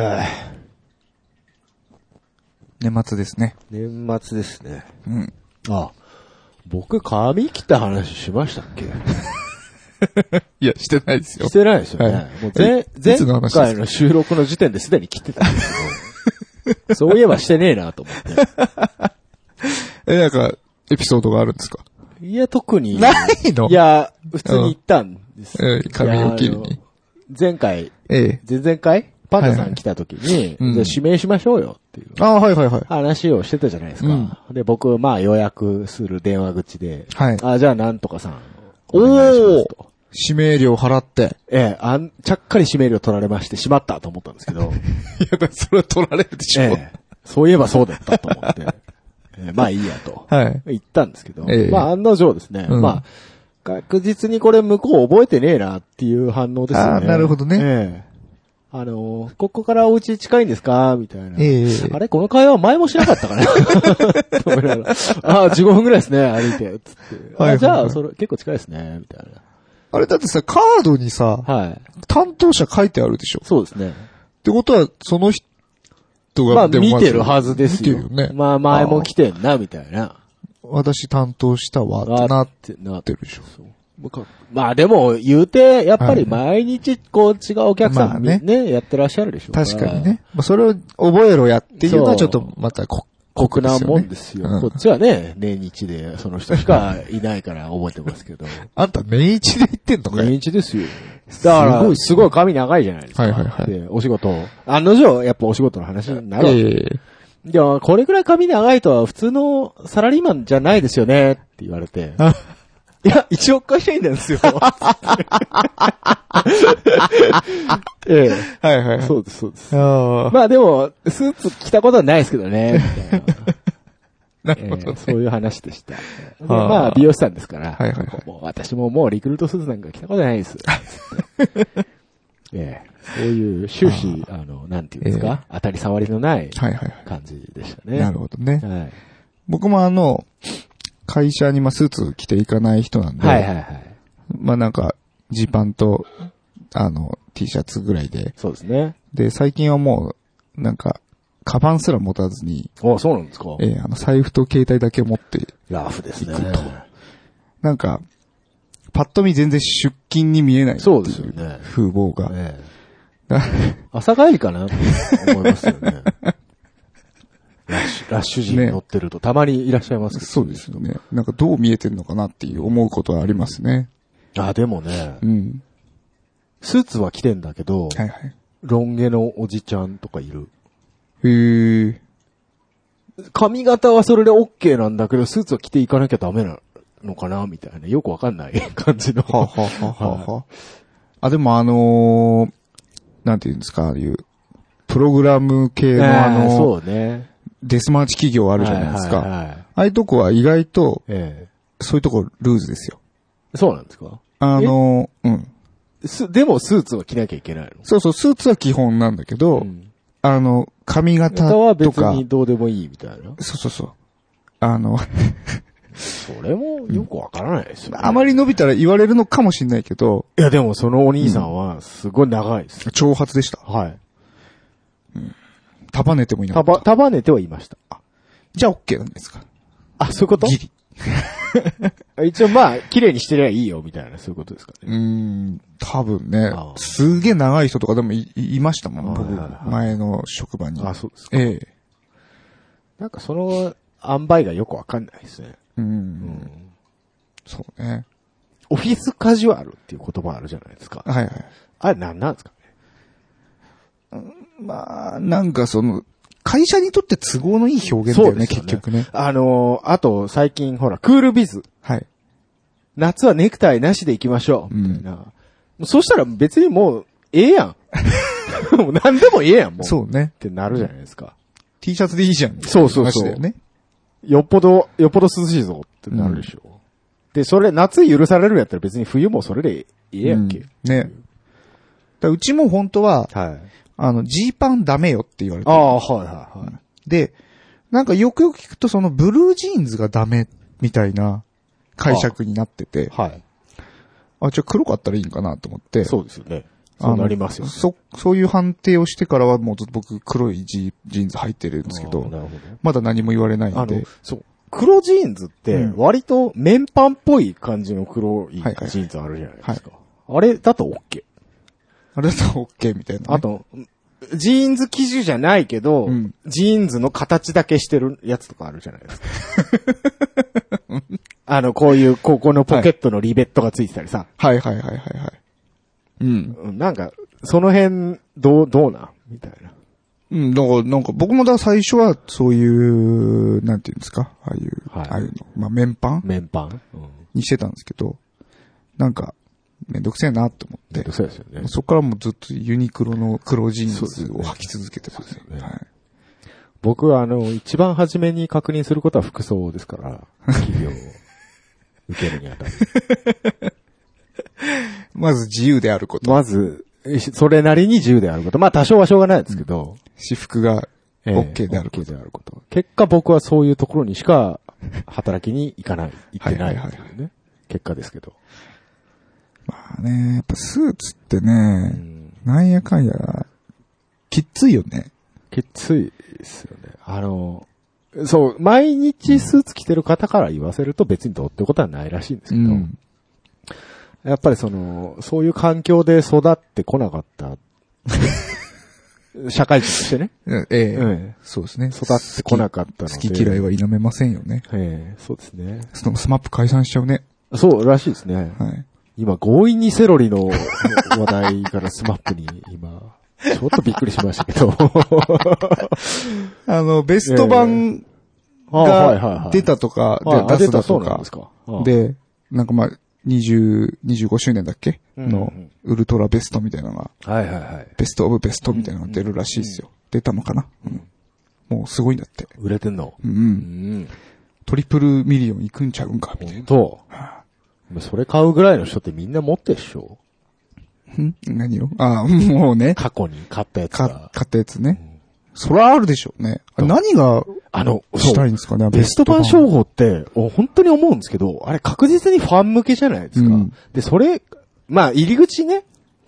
え年末ですね。え年末ですね。うん。あ、僕髪切った話しましたっけいや、してないですよし。てないですよね。はいもう前えいつの前話ですか回の収録の時点ですでに切ってたんです けど、そういえばしてねえなと思って。え、なんか、エピソードがあるんですかいや、特に。ないのいや、普通に行ったんです。うんえー髪を切りにいや。あの前回、ええ。前々回パンダはさいはんい来た時に、うんじゃあ指名しましょうよっていうああ、はいはいはい。話をしてたじゃないですか。で、僕、まあ予約する電話口で、はいあ、じゃあなんとかさん、お願いしますと。指名料払って。ええ、あん、ちゃっかり指名料取られましてしまったと思ったんですけ ど、いや、だからそれは取られるでしょ。ええ、そういえばそうだったと思って、ええまあいいやと。はい。言ったんですけど、ええまあ案の定ですね、うんまあ、確実にこれ向こう覚えてねえなっていう反応ですよね。あーなるほどねええあのーここからお家近いんですかみたいな。ええあれこの会話前もしなかったかな と思いながらああ、15分ぐらいですね、歩いて。つって。はいはいはあいじゃあ、それ結構近いですね、みたいあれだってさ、カードにさ、な。はい。担当者書いてあるでしょ。そうですね。ってことは、その人が、まあで見もてるはずですよ。見てるよね。まあ前も来てんな、みたいな。私担当したわ、ってなあっってなってるでしょ。まあでも、言うて、やっぱり毎日、こう、違うお客さまあん、ねねやってらっしゃるでしょう確かに。ね。まあ、それを覚えろやっていうのはちょっとまたこ、酷なもんですよ。うんこっちはね、年日で、その人しかいないから覚えてますけ ど。あんた年一で言ってんのかよ。年日ですよ。だから、すすごごいい、すすごごいい髪長いじゃないですか。はいはいはいで、お仕事、案の定、やっぱお仕事の話になるわけ。ええでも、これぐらい髪長いとは普通のサラリーマンじゃないですよね、って言われて。いや、一応会社員なんです よ。 えはいはいえ、はい。そうです、そうです。ああ、まあでも、スーツ着たことはないですけどね、みたいな。なえるほどえ ね。そういう話で した。でまあ、美容師さんですから、はいはいはいもう私ももうリクルートスーツなんか着たことないです。つってええ、そういう終始、あの、なんていうんですか、当たり障りのないはいはいは感じでしたい。ね。なるほどね。はい僕もあの、会社にまあスーツ着ていかない人なんで、はいはいはい。まあなんか、ジーパンと、あの、T シャツぐらいで、そうですね。で、最近はもう、なんか、カバンすら持たずに、あそうなんですか。ええあの、財布と携帯だけ持って、ラフですね。なんか、パッと見全然出勤に見えない。そうですよね。風貌が。え え朝帰りかなって思いますよ ね。ラッシュ、ラッシュ時に乗ってるとたまにいらっしゃいますけど。そうですよね。なんかどう見えてんのかなっていう思うことはありますね。あ、でもねう、ん。スーツは着てんだけど、はいはい。ロン毛のおじちゃんとかいる。へえ。髪型はそれで OK なんだけど、スーツは着ていかなきゃダメなのかなみたいな。よくわかんない感じの。はあはあはあはあはあ。あ、でもあのー、なんていうんですか、ああいう、プログラム系ええのあの、そうね。デスマーチ企業あるじゃないですはいか。はいはいああいうとこは意外と、えそういうとこルーズですよ。えそうなんですかあのー、うん。す、でもスーツは着なきゃいけないのそうそう、スーツは基本なんだけど、うん。あの、髪型歌はと別か、にどうでもいいみたいな。そうそうそう。あの、それもよくわからないですよ、ねあまり伸びたら言われるのかもしれないけど、いやでもそのお兄さんはすごい長いです。長髪でした。はい。束ねてもいなかった。束、束ねてはいました。じゃあ OK なんですか。あ、そういうことギリ。一応まあ、綺麗にしてりゃいいよみたいな、そういうことですかね。うーん、多分ねあ、あすげえ長い人とかでもいいいましたもん、僕はいはいは、い前の職場に。あ、そうですか。ええ。なんかその、塩梅がよくわかんないですね。う、うんん。そうね。オフィスカジュアルっていう言葉あるじゃないですか。はいはい。あれなんなんですかね。まあ、なんかその、会社にとって都合のいい表現だよそうでね、すよ結ね局ね。あのーあと最近ほら、クールビズ。はい。夏はネクタイなしで行きましょう。みたいな。もうそしたら別にもう、ええや ん。もう何でもええやん、もう。う。そうねっ。てなるじゃないですか。 T シャツでいいじゃん。そうそうそう話だよね。よっぽど、よっぽど涼しいぞってなるでしょ。で、それ、夏許されるんやったら別に冬もそれでええやんけ。うんね。だからうちも本当は、はい。あの、ジーパンダメよって言われてあ。あ、はいはいはい。で、なんかよくよく聞くとそのブルージーンズがダメみたいな解釈になってて、はい。あ、じゃあ黒かったらいいんかなと思って、そうですよね。そうなりますよねそ、そういう判定をしてからはもうずっと僕黒いジジーンズ入ってるんですけあーど、なるほど。まだ何も言われないあのんで、、そう。黒ジーンズってう、ん割と綿パンっぽい感じの黒いジはいはいーンズあるじゃないですか。あれだと OK。あれだと OK みたいなね、あと、ジーンズ生地じゃないけど、うんジーンズの形だけしてるやつとかあるじゃないですか。 あの、こういう、ここのポケットのリベットがついてたりさ。はいはいはいはいはい。うん。うんなんか、その辺、どう、どうなんみたいな。うん、だから、なんか僕もだから最初はそういう、なんていうんですかああいう、はいああいうの。まあ、面パン面パンうん。にしてたんですけど、なんか、めんどくせえなと思って、そうですよね。そこからもうずっとユニクロの黒ジーンそうズですをね履き続けてますそうですねはい。僕はあの、一番初めに確認することは服装です から、企業を受けるにあたり。まず自由であること。まず、それなりに自由であること。まあ多少はしょうがないですけど、私服がええ OK であること。 OK であること。結果僕はそういうところにしか働きに行かない、行ってないってはいいうね。結果ですけど。まあね、やっぱスーツってうね、ん。なんやかんや、きっついよね。きついですよね。あの、そう、毎日スーツ着てる方から言わせると別にどうってことはないらしいんですけど、うんやっぱりその、そういう環境で育ってこなか った、社会人としてね、ええ、うんそうですね。育ってこなかったので。好き好き嫌いは。は否めませんよね。ええそうですね。そのスマップ解散しちゃうね。そうらしいですね。はい。今、強引にセロリの 話題からスマップに今、ちょっとびっくりしましたけど。あの、ベスト版 あはいはいはがい出たとか、はいあで出すただそとうなんかで、すか。ああで、なんかまあ、20、25周年だっけうんの、ウルトラベストみたいなのが、はいはいはい。ベストオブベストみたいなのが出るらしいですよ。出たのかな、うん、もうすごいんだって。売れてんの。うん、う。うんん。トリプルミリオンいくんちゃうんかみたいな。本当。それ買うぐらいの人ってみんな持ってるでしょん何をああ、もうね。過去に買ったやつかが、。買ったやつね。そらあるでしょうね。あ何があの、したそういんですかねベスト版商法って、お本当に思うんですけど、あれ確実にファン向けじゃないですか。うんで、それ、まあ、入り口ね、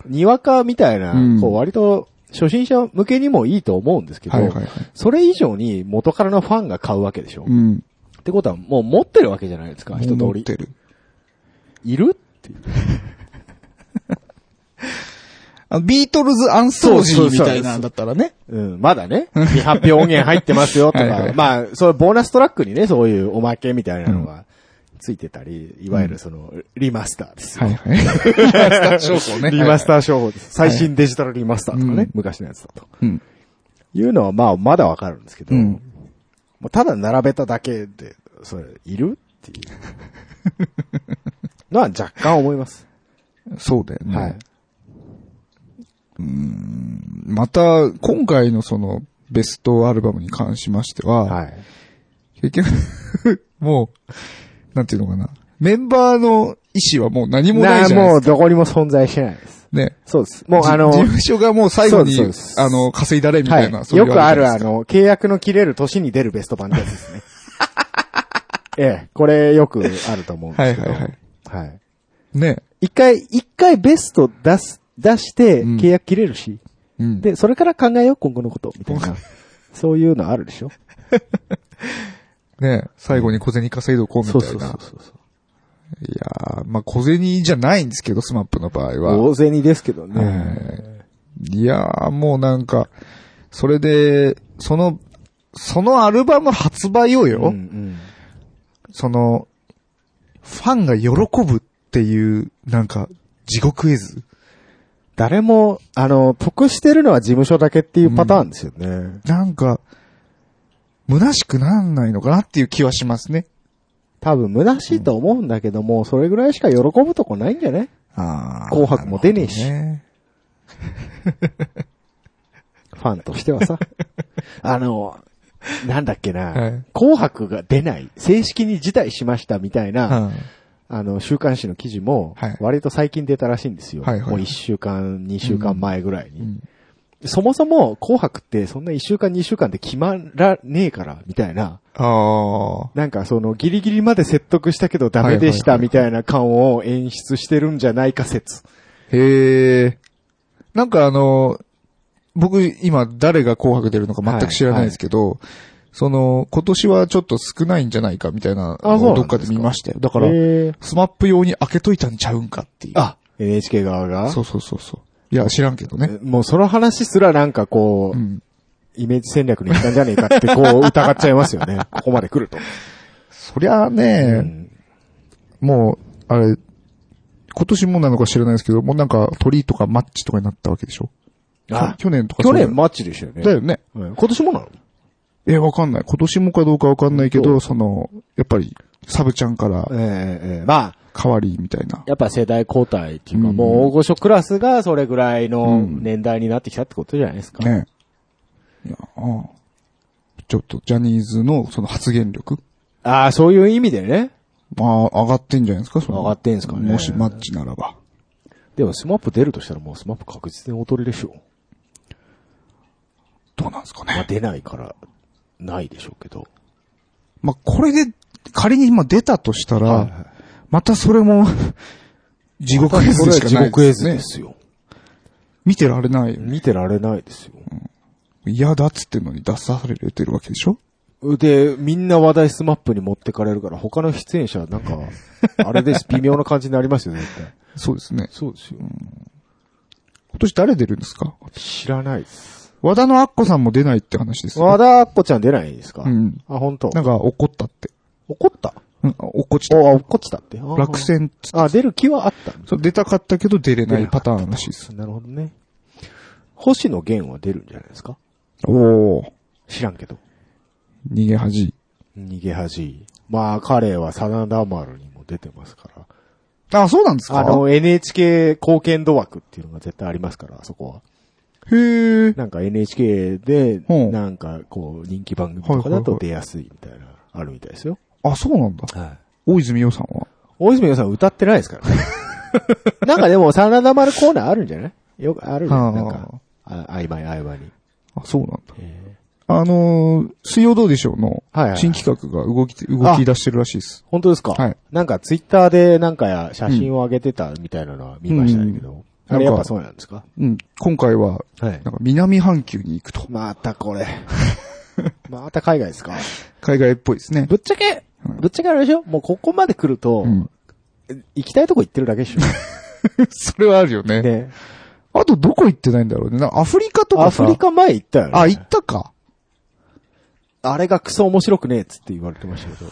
にわかみたいな、うんこう、割と、初心者向けにもいいと思うんですけど、はいはいはい。それ以上に元からのファンが買うわけでしょ、うっん。てことはもう持ってるわけじゃないですか、一通思っり。てる。いるっていう。あビートルズアンソージーみたいなんだったらね。うん、まだ ね、未発表音源入ってますよとか、はいはいまあ、そういうボーナストラックにね、そういうおまけみたいなのがついてたり、いわゆるその、リマスターですよ。はいはい。リマ スター商法ね。リマスー。ター商法です。最新デジタルリマスターとかね、うん昔のやつだと。うん。いうのはまあ、まだわかるんですけど、うんもうただ並べただけで、それ、いるっていう。のは若干思い ます。そうだよね。はい。また、今回のその、ベストアルバムに関しましては、はい。結局、 もう、なんていうのかな。メンバーの意思はもう何もないじゃないもでうすどこにも存在してないです。か。ね。そうです。もうじあの、事務所がもう最後にそうですそうで、すあの、稼いだれみはたいな、い。よくあるあの。の、契約の切れる年に出るベスト版ってやつ ですね。ええ、これよくあると思うんですけど。はいはいはいね。一回、一回ベスト出す、出してうん契約切れるし、うん。で、それから考えよう、今後のこと、みたいな。そういうのあるでしょね。最後に小銭稼いどこうみたそいうな。そうそうそう。いやー、まあ、小銭じゃないんですけど、スマップの場合は。大勢にですけどね。はい。いやー、もうなんか、それで、その、そのアルバム発売をよ、うんうんその、ファンが喜ぶっていう、なんか、地獄絵図。誰も、あの、得してるのは事務所だけっていうパターンですよね。なんか、虚しくなんないのかなっていう気はしますね。多分虚しいと思うんだけども、それぐらいしか喜ぶとこないんじゃねあ紅白も出ねえしねファンとしては さ。あの、なんだっけな、はい紅白が出ない、正式に辞退しましたみたいな、はいあの、週刊誌の記事もはい、割と最近出たらしいんですよ。はいはいもう1週間、2週間前ぐらいに。うんそもそも紅白ってそんな1週間、2週間で決まらねえから、みたいな。ああ。なんかそのギリギリまで説得したけどダメでしはたいはいはいみたいな感を演出してるんじゃないか説。へえ。なんかあの、僕今誰が紅白出るのか全く知らないですけど、その、今年はちょっと少ないんじゃないかみたいなあそうのなをんどっかで見ましたよ。だから、えースマップ用に開けといたんちゃうんかっていう。あ、NHK 側がそうそうそうそう。いや、知らんけどね。もうその話すらなんかこうう、ん。イメージ戦略に行ったんじゃねえかってこう疑っちゃいますよ ね。ここまで来ると。そりゃあうね、んもう、あれ、今年もなのか知らないですけど、もうなんか鳥とかマッチとかになったわけでしょあ去年とかそ去うだよ年マッチでしたよね。だよね。うん今年もなのえ、わかんない。今年もかどうかわかんないけそど、うその、やっぱり、サブちゃんからええええまあ、代わりみたいな。やっぱ世代交代っていうか、うんもう大御所クラスがそれぐらいのうん年代になってきたってことじゃないですか。ね。いや、ああちょっと、ジャニーズのその発言力ああ、そういう意味でね。まあ、上がってんじゃないですかその上がってんすかねもしマッチならば。でもスマップ出るとしたらもうスマップ確実に劣りでしょう。どうなんですかまあね。出ないから、ないでしょうけど。まあ、これで、仮に今出たとしたら、はいはいまたそれも、地獄絵図でしかないこれは地獄絵図ねですよ。見てられないよね。見てられないですよ。嫌だっつってんのに出されてるわけでしょで、みんな話題スマップに持ってかれるから、他の出演者なん か、あれです、微妙な感じになりますよね、絶対。そうですね。そうですよ。今年誰出るんですか知らないです。和田のアッコさんも出ないって話ですよ。和田アッコちゃん出ないですかうん。あ、本当。なんか怒ったって。怒ったうん、怒っちあ、ゃっ怒ってたって。あた。ー落。選っつあ、出る気はあった。そう、出たかったけど出れないパターンらしいです。なるほどね。星野源は出るんじゃないですかおー。知らんけど。逃げ恥。逃げ恥。まあ、彼はサナダマルにも出てますから。あ、そうなんですかあの、NHK 貢献度枠っていうのが絶対ありますから、あそこは。へえ。なんか NHK で、ほうなんかこう、人気番組とかだと出やすいみたいな、あるみたいですよ。あ、そうなんだ。はい。大泉洋さんは。大泉洋さん歌ってないです からね。なんかでも、サナダマルコーナーあるんじゃないよくあるね。はあなんか、あ曖昧曖昧に。あ、そうなんだ。あのー、水曜どうでしょうのはいはい新企画が動きて、動き出してるらしいです。本当ですかはいなんかツイッターでなんかや写真を上げてたみたいなのは見ましたけど。うんあれやっなぱんかそうなんですかうん。今回は、はいなんか南半球に行くと。またこれ。 また海外ですか海外っぽいですね。ぶっちゃけ、ぶっちゃけあれでしょもうここまで来ると、うん。行きたいとこ行ってるだけでしょ それはあるよね。 ね。あとどこ行ってないんだろうね。なんかアフリカとかアさ。フリカ前行ったよね。あ、行ったか。あれがクソ面白くねえっつって言われてましたけど。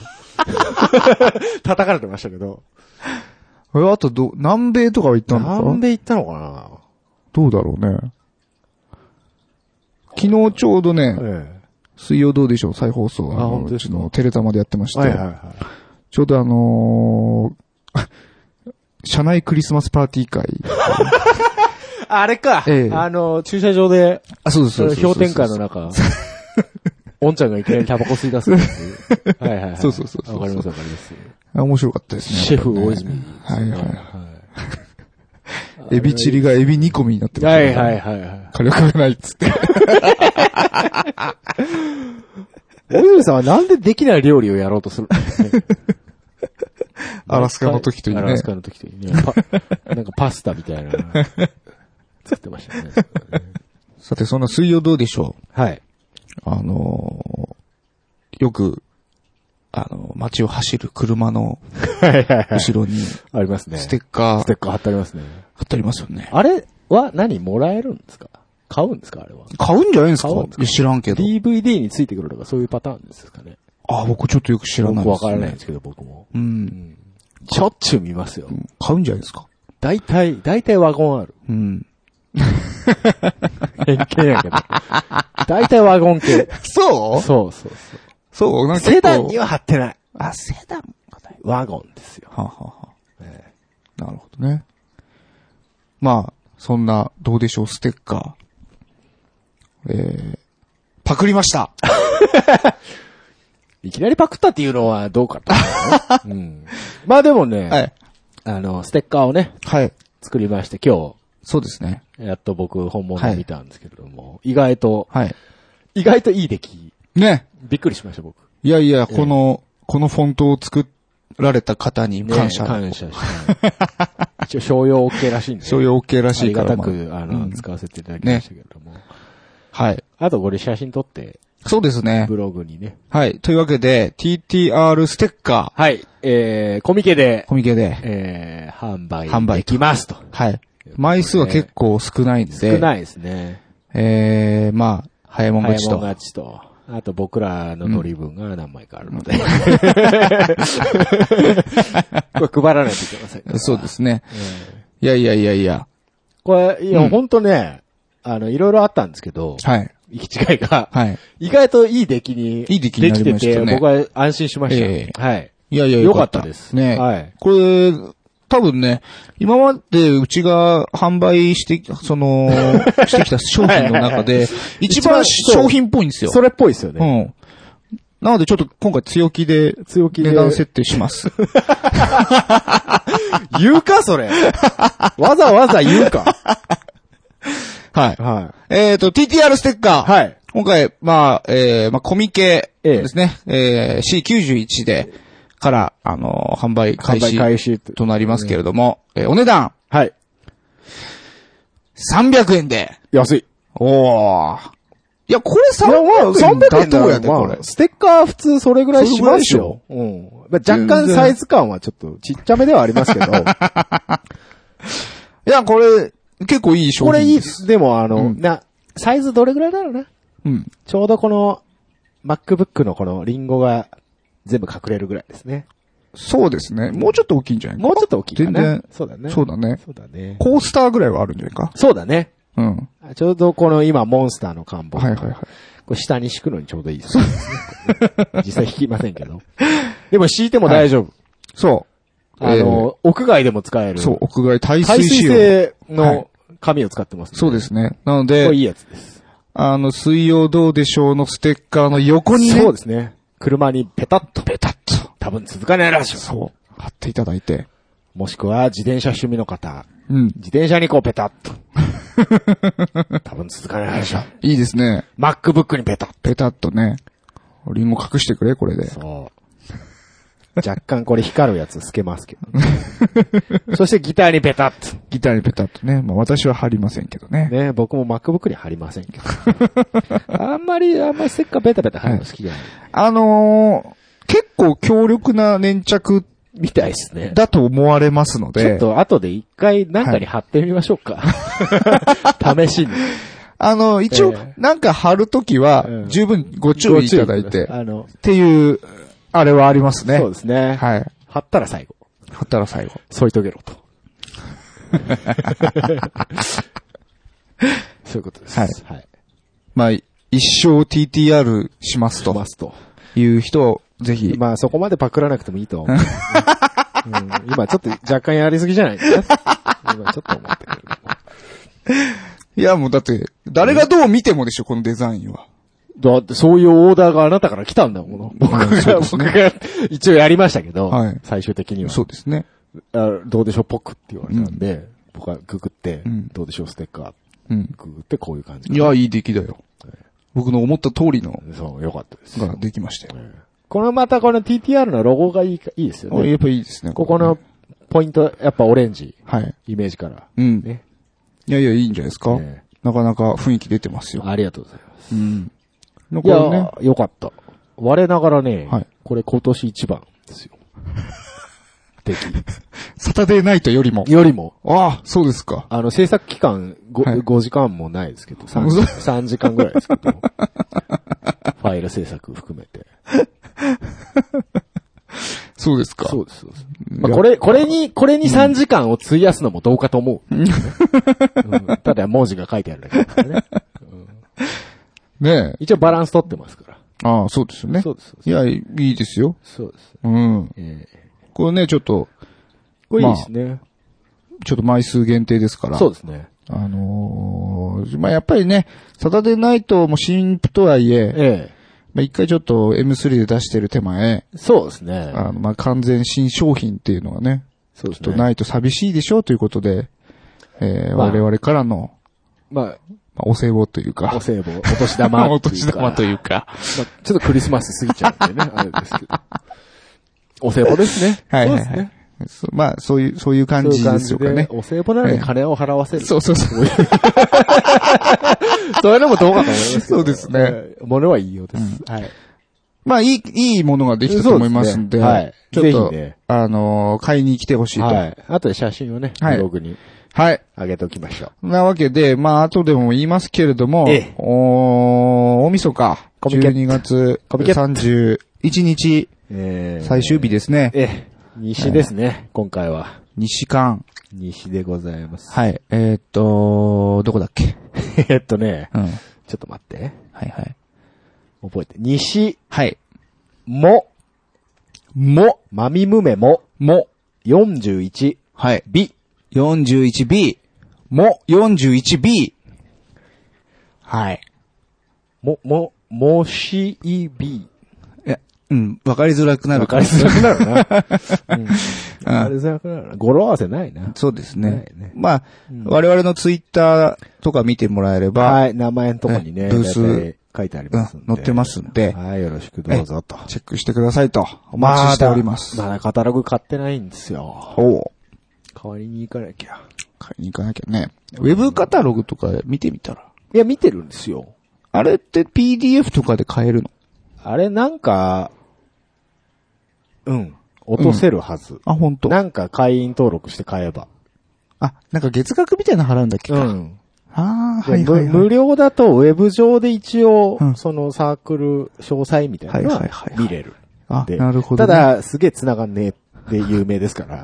叩かれてましたけど。え、あとど、南米とかは行ったのかなんで行ったのかどうだろうね。昨日ちょうどねな、え水曜どうでしょう再放送、ああの、本当うですちかのテレタマでやってましえ。はいはいて、はちょうどあのー 社内クリスマスパーテ ィー会。い。あれか、ええあの、駐車場で、あ、そうでその氷点下の 中、おんちゃんがいきなりタバコ吸い出すっていうはいはいはい。そうそうそうそうわかりますわかります。あ面白かったですね。シェフやっぱ大りね泉。はいはいは。はいエビチリがエビ煮込みになってい。ましたはねいはいはいはい。火力がないっつって。大泉さんはなんでできない料理をやろうとするんですかね アラスカの時といいねアラスカの時といいね。パなんかパスタみたいな。作ってましたね。さて、そんな水曜どうでしょうはい。あのーよく、あのー街を走る車のはいはいはい。後ろにありますね。スステテッカー貼ッカー貼ってありますね。ってありますよね。あれは何もらえるんですか買うんですかあれは。買うんじゃないんですか買うんですかいや知らんけど。 DVD についてくるとかそういうパターンですかね。あ、僕ちょっとよく知らな僕いでわす、かね。らないんですけど、僕も。うん。しょっちゅう見ますよ。買うんじゃないですか大体、大体ワゴンある。うん。偏見やけど。大体ワゴン系。そそうそうそう。そう、なんかセダンには貼ってない。あ、セダンかだよ。ワゴンですよ。はあ、はあはあ、なるほどね。まあ、そんな、どうでしょう、ステッカー。えー、パクりましたいきなりパクったっていうのはどうかと 思うよ、うん。まあでもね、はい。あの、ステッカーをね、はい。作りまして、今そうですね。日、やっと僕本物を見たんですけれども、意外と、はい。意外といい出来。ね。びっくりしました、僕。いやいや、この、このフォントを作られた方にね感 謝。感謝したい。一応商用 OK らしいんで。商用 OK らしあいりかがら。たく、あの、うん使わせていただきましたけれども。まあはい。あとこれ写真撮って、そうですね。ブログにね。はい。というわけで、TTR ステッカはい。えー、コミケー、で、コミケで。えー、販売。販売できますと。はい。枚数は結構少ないんで。少ないですね。えー、まあ、早いもん勝ち早いともん。勝ちと。あと僕らの取り分が何枚かあるので。 これ配らないといけませんから。そうですね。うんいやいやいやいや。これ、いうや、んほんとね、あの、いろいろあったんですけど、はい。行き違いが、はい。意外といい出来に、いい出来になりましたできてて、ね僕は安心しまえした。はい。いやいやよかったです。ね。はい。これ、多分ね、今までうちが販売して、その、してきた商品の中で、一番一番商品っぽいんですよ。それっぽいですようね。ん。なのでちょっと今回強気で、強気で値段設定します。言うか、それ。 わざわざ言うか。 はい。はえっと、TTR ステッカい。ー。い。はい。今回、まあ、えー、まあ、コミケええですね。えー、C91 で、から、あのー販売開販売始開始と。となりますけれども、えーお値段、はい。 300円で。安い。おー。いや、これいや、 300まあ、円300円だとやだで、と、こまれあ、。ステッカー普通それぐらいしますよ。うん。まあ、若干サイズ感はちょっとちっちゃめではありますけど、いや、これ、結構いい商こ品。れいいで。す。でも、あの、うんな、サイズどれぐらいだろうな。うん。ちょうどこの、MacBook のこのリンゴが全部隠れるぐらいですね。そうですね。もうちょっと大きいんじゃないかもうちょっと大きいかな。全然そうだね。そうだね。そうだね。コースターぐらいはあるんじゃないかそうだね。うん。ちょうどこの今、モンスターの看板。はいはいはい。これ下に敷くのにちょうどいい ですね、実際敷きませんけど。でも敷いても大丈夫。そはいあの、屋外でも使えう。る。そう、屋外耐耐水水仕様。性はいの紙を使ってます、。そうですすね。なのこでれ、いいやつです。あの、水曜どうでしょうのステッカーの横にね、そうですね。車にペタッと。ペタッと、多分続かないらしい。そう、貼っていただいて。もしくは自転車趣味の方。うん。自転車にこうペタッ と。多分続かないらしい。いいですね。 MacBook にペタッペタッとね。リンゴ隠してくれ、これで。と。そう。若干これ光るやつ透けますけ ど。そしてギターにペタッと。ギターにペタッとね。まあ私は貼りませんけどね。ね、僕も MacBook に貼りませんけど。あんまり、あんまりせっかベタベタ貼るの好きじゃない。あのー、結構強力な粘着みたいですね。だと思われますのちょっで、と後で一回なんかに貼ってみましょう か。試しに。あの、一応え、なんか貼るときはう、ん十分ご注意いただいご注意て、くださあの、っていう、あれはありますねそう。ですね。はい。貼ったら最後、貼ったら最後。添い遂げ ろと。そういうことです。はいはい。まあ、一生 TTR します飛とばすと。いう人、ぜひ。まあそこまでパクらなくてもいいとは思う。うん今ちょっと若干やりすぎじゃないですか今ちょっと思ったけれどもいや、もうだって、誰がどう見てもでしょ、このデザインは。だってそういうオーダーがあなたから来たんだもの。僕うんそうが、です僕ねが一応やりましたけど、はい最終的には。そうですね。あどうでしょうポクって言われたんで、僕はググって、うんどうでしょうステッカー、うん。ググってこういう感じ。いや、いい出来だよ。僕の思った通りのそう、よかったです。ができましたよ。このまたこの TTR のロゴがいいか、いいですよね。やっぱいいですね。ここのね。ポイント、やっぱオレンジ、はい。イメージから。うん。ね。いやいや、いいんじゃないですか。ねなかなか雰囲気出てますよ。ありがとうございます。うん。のいこやれね。ー、よかった。我ながらね、はいこれ今年一番ですよ。 出サタデーナイトよりも来。。よりも、ああ、そうですか。あの、制作期間 5,、はい5時間もないですけど、3, 嘘3時間ぐらいですけ ど、ファイル制作含めて。そうですか。そうです、そうです。いやまあ、これ、これに、これに3時間を費やすのもどうかと思う。うんただ文字が書いてあるだけだ からね。ねえ。一応バランス取ってますから。ああ、そうですよね。そうです、そういや、いいですよ。です。そうです。うん。ええこれね、ちょっと、これいいですね。ちょっと枚数限定ですから。そうですね。あのー、まあ、やっぱりね、サタデーナイトも新譜とはいえ、えまあ、一回ちょっと M3 で出してる手前、えそうですね。あの、まあ、完全新商品っていうのがね、そうでちょっとね。ないと寂しいでしょうということで、えー、まあ我々からの、ままあ、お歳暮といあ、おうか、歳暮、お年玉っていうか。 お年玉とう。いうか、まあ、ちょっとクリスマス過ぎちゃうんでね、あれですけど。お歳暮ですね。はいはいはいそうですね。そまあ、そういう、そういう感じですよかねそういう感じ。でお歳暮なのに金を払わせる。そうそうそう。そういうのもどうかと思いますけどそうですね。えーものは言いようです。はい。 まあ、いい、いいものができたと思いますんで、そうですねはいちょっと、ぜひねあのー買いに来てほしいと。は。はいい。あとで写真をね、はいブログに上げておきましょう。なわけで、まあ、後でも言いますけれども、ええおー大晦日、コミケット12月コミケット31日、えー最終日ですね。ええ、西ですね、今回は。西館。西でございます。 はい。えーっと、どこだっけえっとね、うん。はいちょっと待って。はい。覚えて。西はい。も、も、まみむめも、も、 41、はい。B。41B。も、41B。はい。も、も、もしいび。いや、うん、わかりづらくなわるかりづらくなるな。うんわかりづらくなるな。語呂合わせないな。そうですなねい。ねまあ、我々のツイッターとか見てもらえれば、はい、名前のとこにね、えブース大体書いてありますんで。うん載ってますんではい、よろしくどうぞと。チェックしてくださいと、お待ちしております。まだカタログ買ってないんですよ。おう代わりに行かなきゃ。買いに行かなきゃね。ウェブカタログとか見てみたら。いや、見てるんですよ。あれって PDF とかで買えるのあれなんか、うん、落とせるはず。あ、本当。なんか会員登録して買えば。あ、なんか月額みたいなの払うんだっけか。ん。ああ、ではいはいむ無はい。料だとウェブ上で一応、うんそのサークル詳細みたいなのはいはいははいはい見れる。あ、でなるほど、たね。、だ、すげえ繋がんねえで有名です から。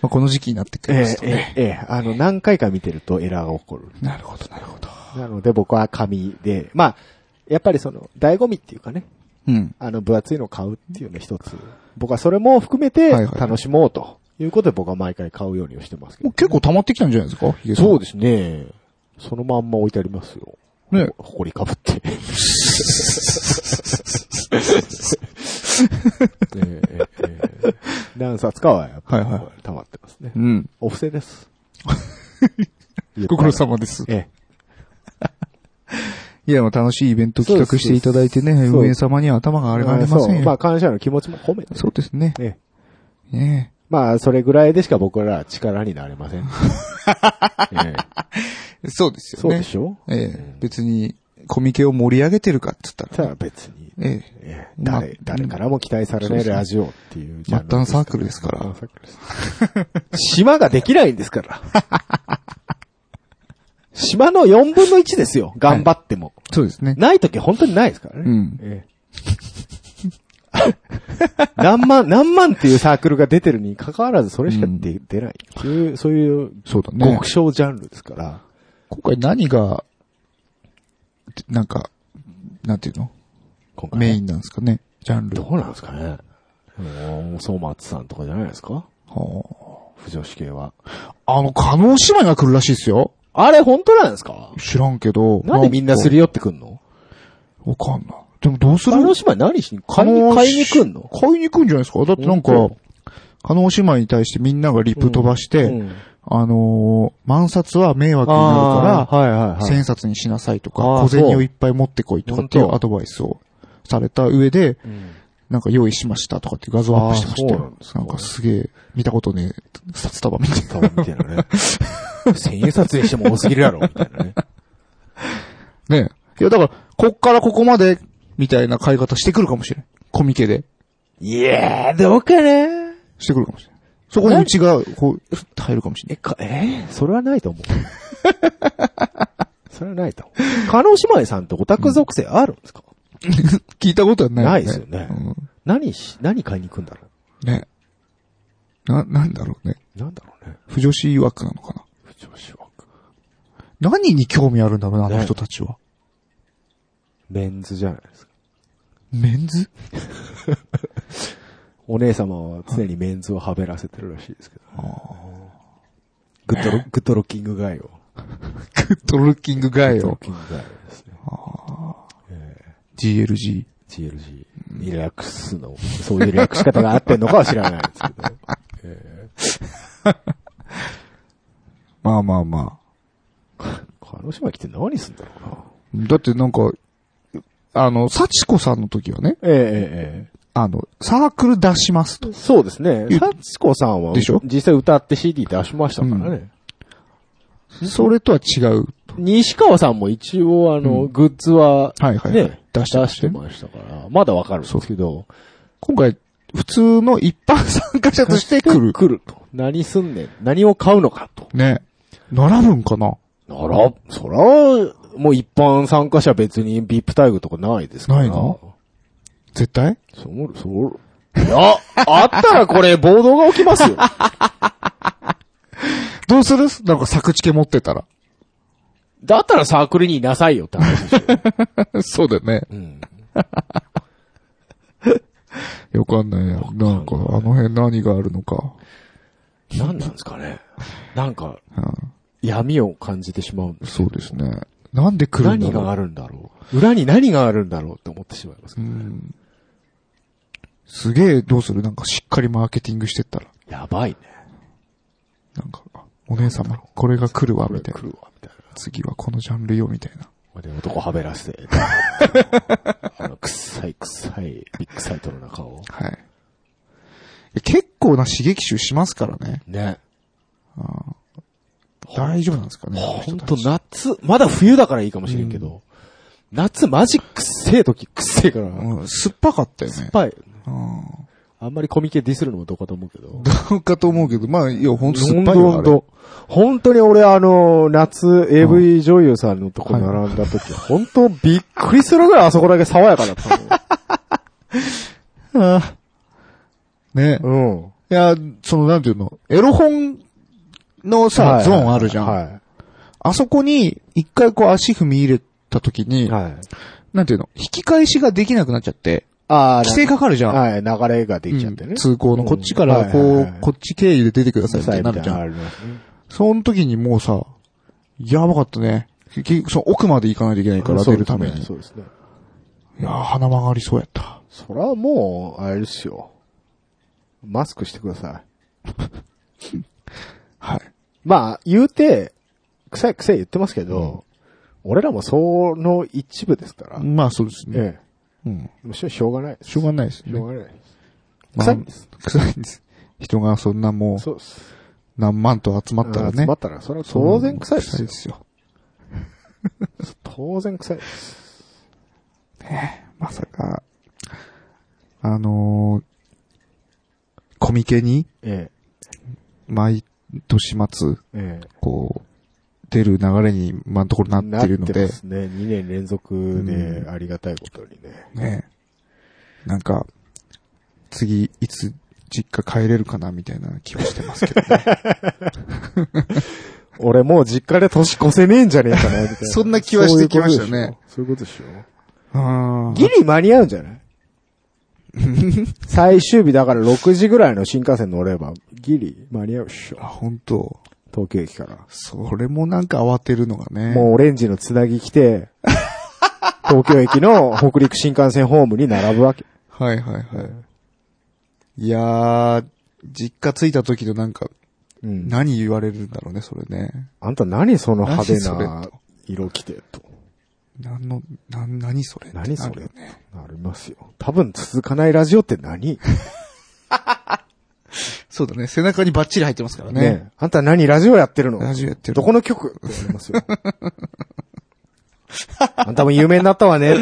まあ、この時期になってくえるえんですとえね。えええあの、何回か見てるとエラーが起こる。なるほど、なるほど。なので僕は紙で、まあ、やっぱりその、醍醐味っていうかね、うん。あの、分厚いのを買うっていうのが一つ。僕はそれも含めてはいはい楽しもうということで僕は毎回買うようにはしてますけもどう。結構溜まってきたんじゃないですかヒゲさんそうですね。そのまんま置いてありますよ。ねほほこりかぶ って。ねえええ何冊かはやっぱりはいは溜まってますね。うん。お布施です。 ご苦労様です。ええ。いや、もう楽しいイベント企画していただいてね、そうです運営様には頭が上がりませそんうまあよ。感謝の気持ちも込めて。そうですね。ええねまあ、それぐらいでしか僕らは力になれま せん。えええそうですそうでしょええ、別に、コミケを盛り上げてるかって言ったたら。だ別に、ええ。ええま誰、誰からも期待されないラジオっていうジ末ャンルですから端サークルですから。島ができないんですから。島の4分の1ですよ。頑張っても。そうですね。ないとき本当にないですからね。うんえ え何万、何万っていうサークルが出てるに関わらずそれしか出,、出ないっていう、そういうそうだね極。小ジャンルですから。今回何が、なんか、なんていうの今回ねメインなんですかねジャンル。どうなんですかね。もう、相松さんとかじゃないですかは不女子系は。ああの、カノン姉妹が来るらしいですよ。あれ本当なんですか知らんけど。なんでみんなすり寄ってくんのかわかんない。でもどうすあるの島何しに買いあに、の買いに来んの買いに行くんじゃないですかだってなんか本当、カノン姉妹に対してみんながリプ飛ばして、うんうんあのー、万冊は迷惑になるから、あーはいはいはい。千冊にしなさいとか、あー小銭をいっぱい持ってこいとかっていう本当アドバイスをされた上で、なんか用意しましたとかっていう画像アップしてましたあーそうなよんで。すかなんかすげえ、見たことねえ、札束みたいな。多分みたいなね。千円撮影しても多すぎるやろ、みたいなね。ねえいやだから、こっからここまで、みたいな買い方してくるかもしれん。コミケで。いやー、どうかねしてくるかもしれん。そこにうちが、こう、入るかもしれえ、か、えーそれはないと 思う。それはないと思う。カノ姉妹さんってオタク属性あるんですか、ない。聞いたことはない、ないですよねうん何し、何買いに行くんだろね。な、なんだろうね。うなんだろうね。不女子枠なのかな。不調子枠。何に興味あるんだろうな、あの人たちは。メンズじゃないですか。メンズ お姉様は常にメンズをはべらせてるらしいですけど、グッドロ、グッドロッキングガイを。グッドルッキングガイグッドロをッ。キングガイをですね。 GLG。 GLG。リラックスの、そういうリラックス方があってんのかは知らないですけど。まあまあま鹿児島来て何すんだろうな。あ。だってなんか、あの、幸子さんの時はね、えええええあの、サークル出しますと。そうですね。ゆ幸子さんは、でしょ実際歌って CD 出しましたからね。それとは違う。西川さんも一応、あの、グッズは、はいはい、はいね、出してま出ししててね。ましたから、まだわかるんですけど、今回、普通の一般参加者として来 る。来ると。何すんねん。何を買うのかと。ね。並ぶんかなあら、そら、もう一般参加者別に VIP 待遇とかないですから。ないの絶対そ、そ、いや、あったらこれ暴動が起きます よ。どうするなんか作チケ持ってたら。 だったらサークルにいなさいよって話でしょ。そうだよね。 うん。よくわかんないや。なんか、あの辺何があるのか。何なんですかね。なんか、うん、闇を感じてしまうんです。そうですね。なんで来るんだ何ろうがあるんだろう。裏に何があるんだろうって思ってしまいます。うん。すげえ、どうするなんかしっかりマーケティングしてったら。やばいね。なんか、お姉様、これが来るわ、みたい来な。るわ、みたいな。次はこのジャンルよ、みたいな。で、男はべらせて。あの、臭い臭い、ビッグサイトの中を。はい。結構な刺激臭しますからね。ね。大丈夫なんですかね。ほんと夏、まだ冬だからいいかもしれんけど、夏マジくっせえ時くっせえから、酸っうん、酸っぱかったよね。ぱい。うんあんまりコミケディスるのもどうかと思うけど。どうかと思うけど、まあ、いや、ほんと本酸っぱい当よ。あ本れ当本当に俺あの、夏 AV 女優さんのとこ並んだ時、本当びっくりするぐらいあそこだけ爽やかだったああね。 の。うん。いや、その、なんていうの、エロ本のはさ、いゾーンあるじゃん。はあそこに、一回こう足踏み入れた時い。に、はい。なんていうの、引き返しができなくなっちゃって、ああ、規制かかるじゃん。はい、流れができちゃってうんね。通行のこっちかうんら、はいこう、はいはいこっち経由で出てくださいみみたたいいになるじゃ。なんありますね。その時にもうさ、やばかったね。結局、その奥まで行かないといけないから、そう出ですねるために。いそうですね。やー、鼻曲がりそうやった。そらもう、あれですよ。マスクしてください。はい。まあ、言うて、臭い臭い言ってますけど、俺らもその一部ですから。まあ、そうですね。えうん。え。もちろんしょうがないです。しょうがないですしょね。うがないです。まあ臭いんです。臭いんです。人がそんなもう、そうです。何万と集まったらね集ま。ったら、それは当然臭いでそうすよで。すよ。当然臭いです。まさか、あのー、コミケに、え毎年末、え。ええ。こう、出る流れに今のところなってるのなでま、すね。2年連続でありがたいことにね。ね。なんか、次、いつ、実家帰れるかな、みたいな気はしてますけど。俺もう実家で年越せねえんじゃねえかな、みたいな。 そんな気はしてきましたね。そういうことでしょ。そういうことでしょあギリ間に合うんじゃない最終日だから6時ぐらいの新幹線乗れば、ギリ間に合うっしあ、ょ。本当東京駅から。それもなんか慌てるのがね。もうオレンジのつなぎ来 て、東京駅の北陸新幹線ホームに並ぶわけ。はいはいはい。いやー、実家着いた時のなんか、うん。何言われるんだろうね、それね。あんた何その派手何なそれと色着てと。何の、な、何それって何それなるよね。ありますよ。多分続かないラジオって何そうだね、背中にバッチリ入ってますからね。ねえあんた何ラジオやってるのラジオやってる。どこの曲って言われますよ。 あんたも有名になったわね。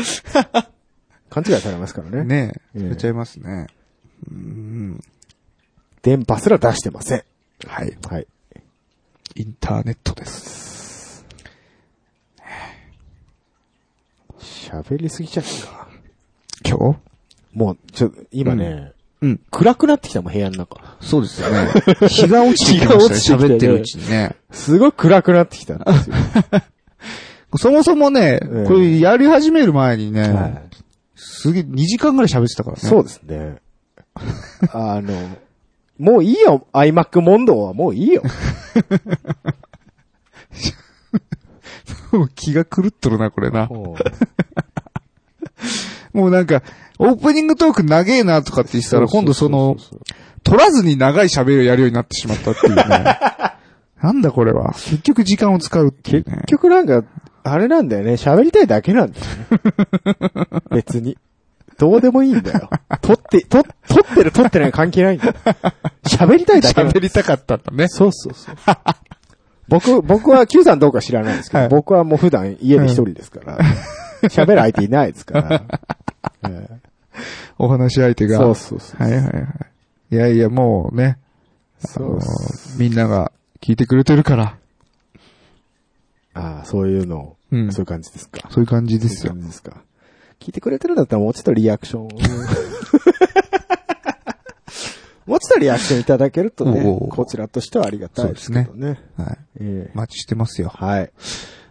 勘違いされますからね。ねえ、ええやっちゃいますね。うん。電波すら出してません。はい。はい。インターネットです。喋りすぎちゃったか。今日もう、ちょ、今ね、うん。暗くなってきたもん、部屋の中。そうですよね。 日が落ちて日きましたね、が落ちてきてね喋ってるうちにね。すごい暗くなってきたんですよ。そもそもね、ええこれやり始める前にね、はいすげえ2時間ぐらい喋ってたからね。そうですね。あの、もういいよ、iMac 問答はもうい いよ。もう 気が狂っとるな、これな。ももうなんか、オープニングトーク長えなとかって言うってたら、今度その、うそうそう取らずに長い喋りをやるようになってしまったっていうね。 なんだこれは。結局時間を使うっていうね。結 局なんか、あれなんだよね、喋りたいだけなんだよね。別に。どうでもいいんだよ。撮って、撮、撮ってる撮ってない関係ないんだよ。喋りたいだけなんだよ喋りたかったんだね。そうそうそう。僕、僕は、Q さんどうか知らないですけど、はい僕はもう普段家で一人ですから、喋る相手いないです から。えお話し相手えが。そうそうそう。はいはいはい。いやいや、もうね、あそのうーみんなが聞いてくれてるから、ああ、そういうの、うんそういう感じですか。そういう感じですそうよいう。感じですか。聞いてくれてるんだったらもうちょっとリアクシ ョンを。もうちょっとリアクションいただけるとねおうおう、こちらとしてはありがたいですけどね。はい。ええお待ちしてますよ。はい。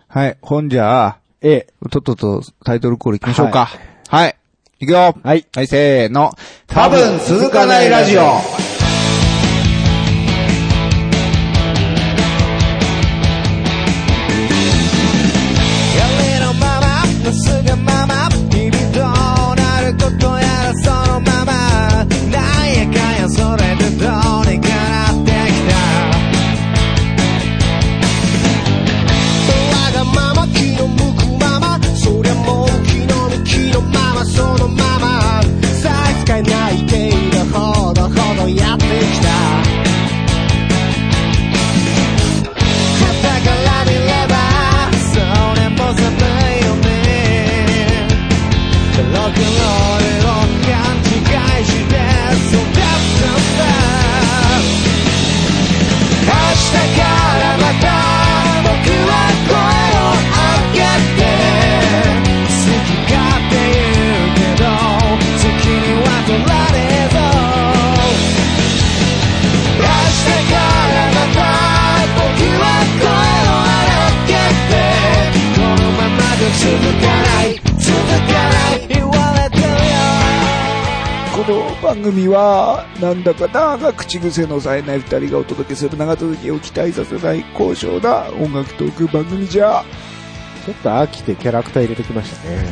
はい。ほんじゃあ、ええとっととタイトルコール行きましょうか。はい。い、くよ。はい。はい、せーの。多分続かないラジオ。やりのまま、なすがまま、日々どうなることやらそのまま、なんやかんやそれでどうにかなってきた。わがまま、気の向くまま、そりゃもう気の向きのまま、そのまま、差し支えない程度ほどほどやってきた。「はたから見ればそれも寒いよね」「ロックンロールを勘違いして育ったんだ」「明日からまた僕は声を上げて」「好きかって言うけど責任は取られるぞ」明日からまた僕は声を荒げて好きこのままじゃ続かない続かない言われてるよこの番組は、なんだかなが口癖の冴えない二人がお届けする長続きを期待させない高尚な音楽トーク番組じゃ。ちょっと飽きてキャラクター入れてきましたね。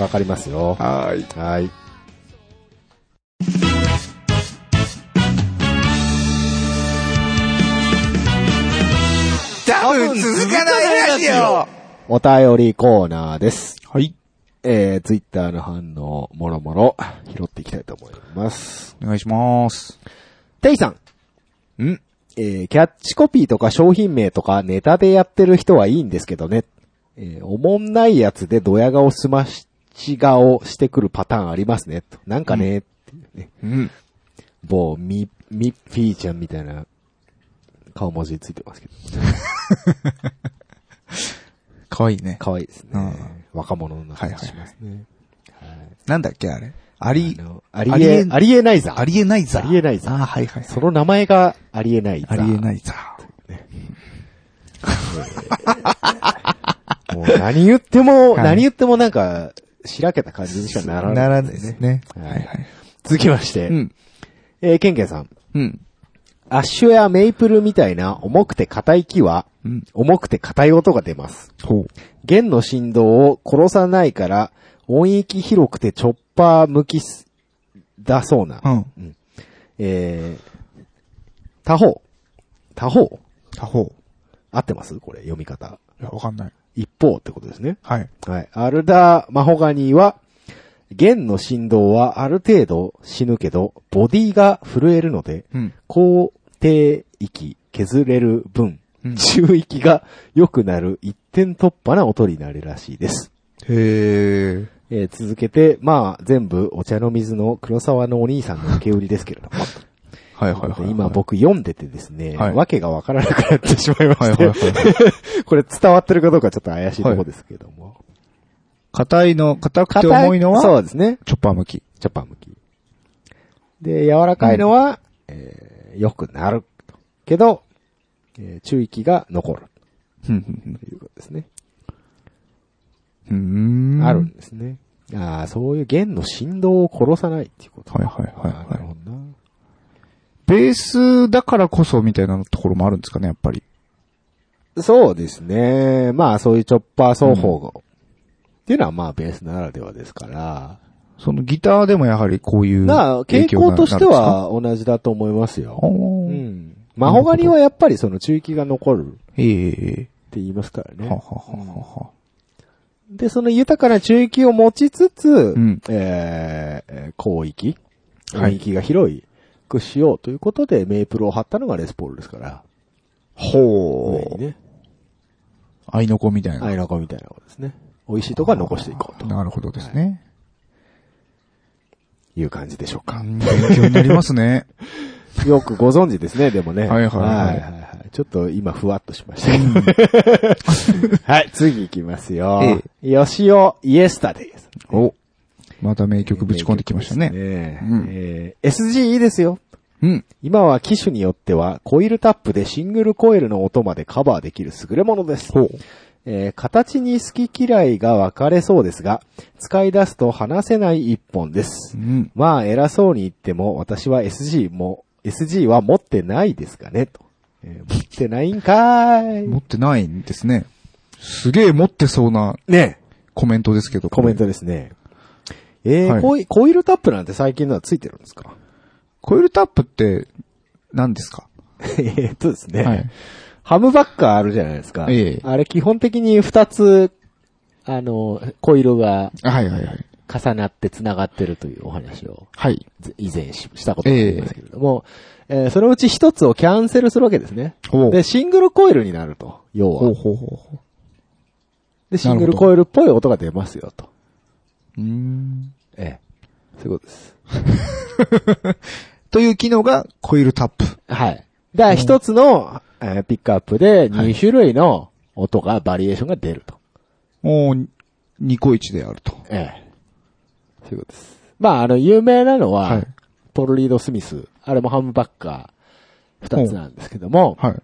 わかりますよ。はーい。はい。多分続かないラジオ。お便りコーナーです。はい。えー、ツイッターの反応、もろもろ、拾っていきたいと思います。お願いします。テイさん。んえー、キャッチコピーとか商品名とかネタでやってる人はいいんですけどね。えー、おもんないやつでドヤ顔すまし顔してくるパターンありますね。となんかね、っていうね。うん。某、ミ、ミッフィーちゃんみたいな、顔文字ついてますけど。かわいいね。可愛いですね。若者のは中いはいはいしますね。なんだっけ、あれ。ありあ、のありえ、ありえないざあ。りえないざ。ありえないざあーはいはい。その名前がありえないざ。。ありえないいざ。もう何言っても、 はい何言ってもなんか、しらけた感じにしかならない。ならないですね。はいはいはい。続きまして、うん。えー、ケンケンさん。うん。アッシュやメイプルみたいな重くて硬い木は、うん重くて硬い音が出ます。ほう。弦の振動を殺さないから、音域広くてチョッパー向きすだそうな。うん。えー他方。他方他方。合ってますこれ、読み方。いや、わかんない。一方ってことですね。はい。はい。アルダ・マホガニーは、弦の振動はある程度死ぬけど、ボディが震えるので、うん。高低域削れる分、うん中域が良くなる一点突破な音になるらしいです。へえ。えー続けて、まあ、全部お茶の水の黒沢のお兄さんの受け売りですけれども、はいはいはい。今、僕読んでてですね、はいわけがわからなくなってしまいまはいしはいては、いはい。これ伝わってるかどうかちょっと怪しいとこですけども。硬いの、硬くて重いのは、そうですね。チョッパー向き。チョッパー向き。で、柔らかいのは、えー良くなる。けど、えー中域が残る。うん。ということですね。うんあるんですね。ああ、そういう弦の振動を殺さないっていうこと。はいはいはいはいあーなるほどな。ベースだからこそみたいなところもあるんですかね、やっぱり。そうですね。まあ、そういうチョッパー奏法が、っていうのはまあ、ベースならではですから。そのギターでもやはりこういうまあ、影傾響が。向としてなるんですか、は同じだと思いますおよ。うーん。マホガニはやっぱりその中域が残るってええ言いますからね。ははははは。で、その豊かな中域を持ちつつ、んえー、広域、は領い域が広いくしようということで、メープルを貼ったのがレスポールですから。上ほにね。愛の子みたいな。アイナコみたいなことですね。美味しいとこは残していこうとなるほどですね。いう感じでしょうか。うん勉強になりますね。よくご存知ですね、でもね。はいはいはいはいはいちょっと今ふわっとしましたけど。 はい、次行きますよ。吉尾イエスタデイです。お。また名曲ぶち込んできました名曲ね。ですうんえー SG いいですよ。うん。今は機種によっては、コイルタップでシングルコイルの音までカバーできる優れものです。えー形に好き嫌いが分かれそうですが、使い出すと話せない一本ですう。ん。まあ、偉そうに言っても、私は SG も、SG は持ってないですかね、と。えー持ってないんかー持い。ってないんですね。すげえ持ってそうなねコメントですけど。コメントですね。えーはいコイコイルタップなんて最近のはついてるんですか コイルタップって何ですかえーっとですね。はい。ハムバッカーあるじゃないですか。ええあれ基本的に二つ、あの、コイルがあはいはいはい。重なって繋がってるというお話をはい。以前ししたことがありますけれども、えーそのうち一つをキャンセルするわけですね。ほう。で、シングルコイルになると、要ほうは。ほうほうほで、シングルコイルっぽい音が出ますよと。う。うーん。ええ。そういうことです。という機能がコイルタップ。はい。だから一つの、えーピックアップで2種類の音が、バリエーションが出ると。もう、ニコイチであると。ええ。そういうことです。まあ、あの、有名なのは、はいポルリード・スミス、あれもハムバッカー二つなんですけども、はい。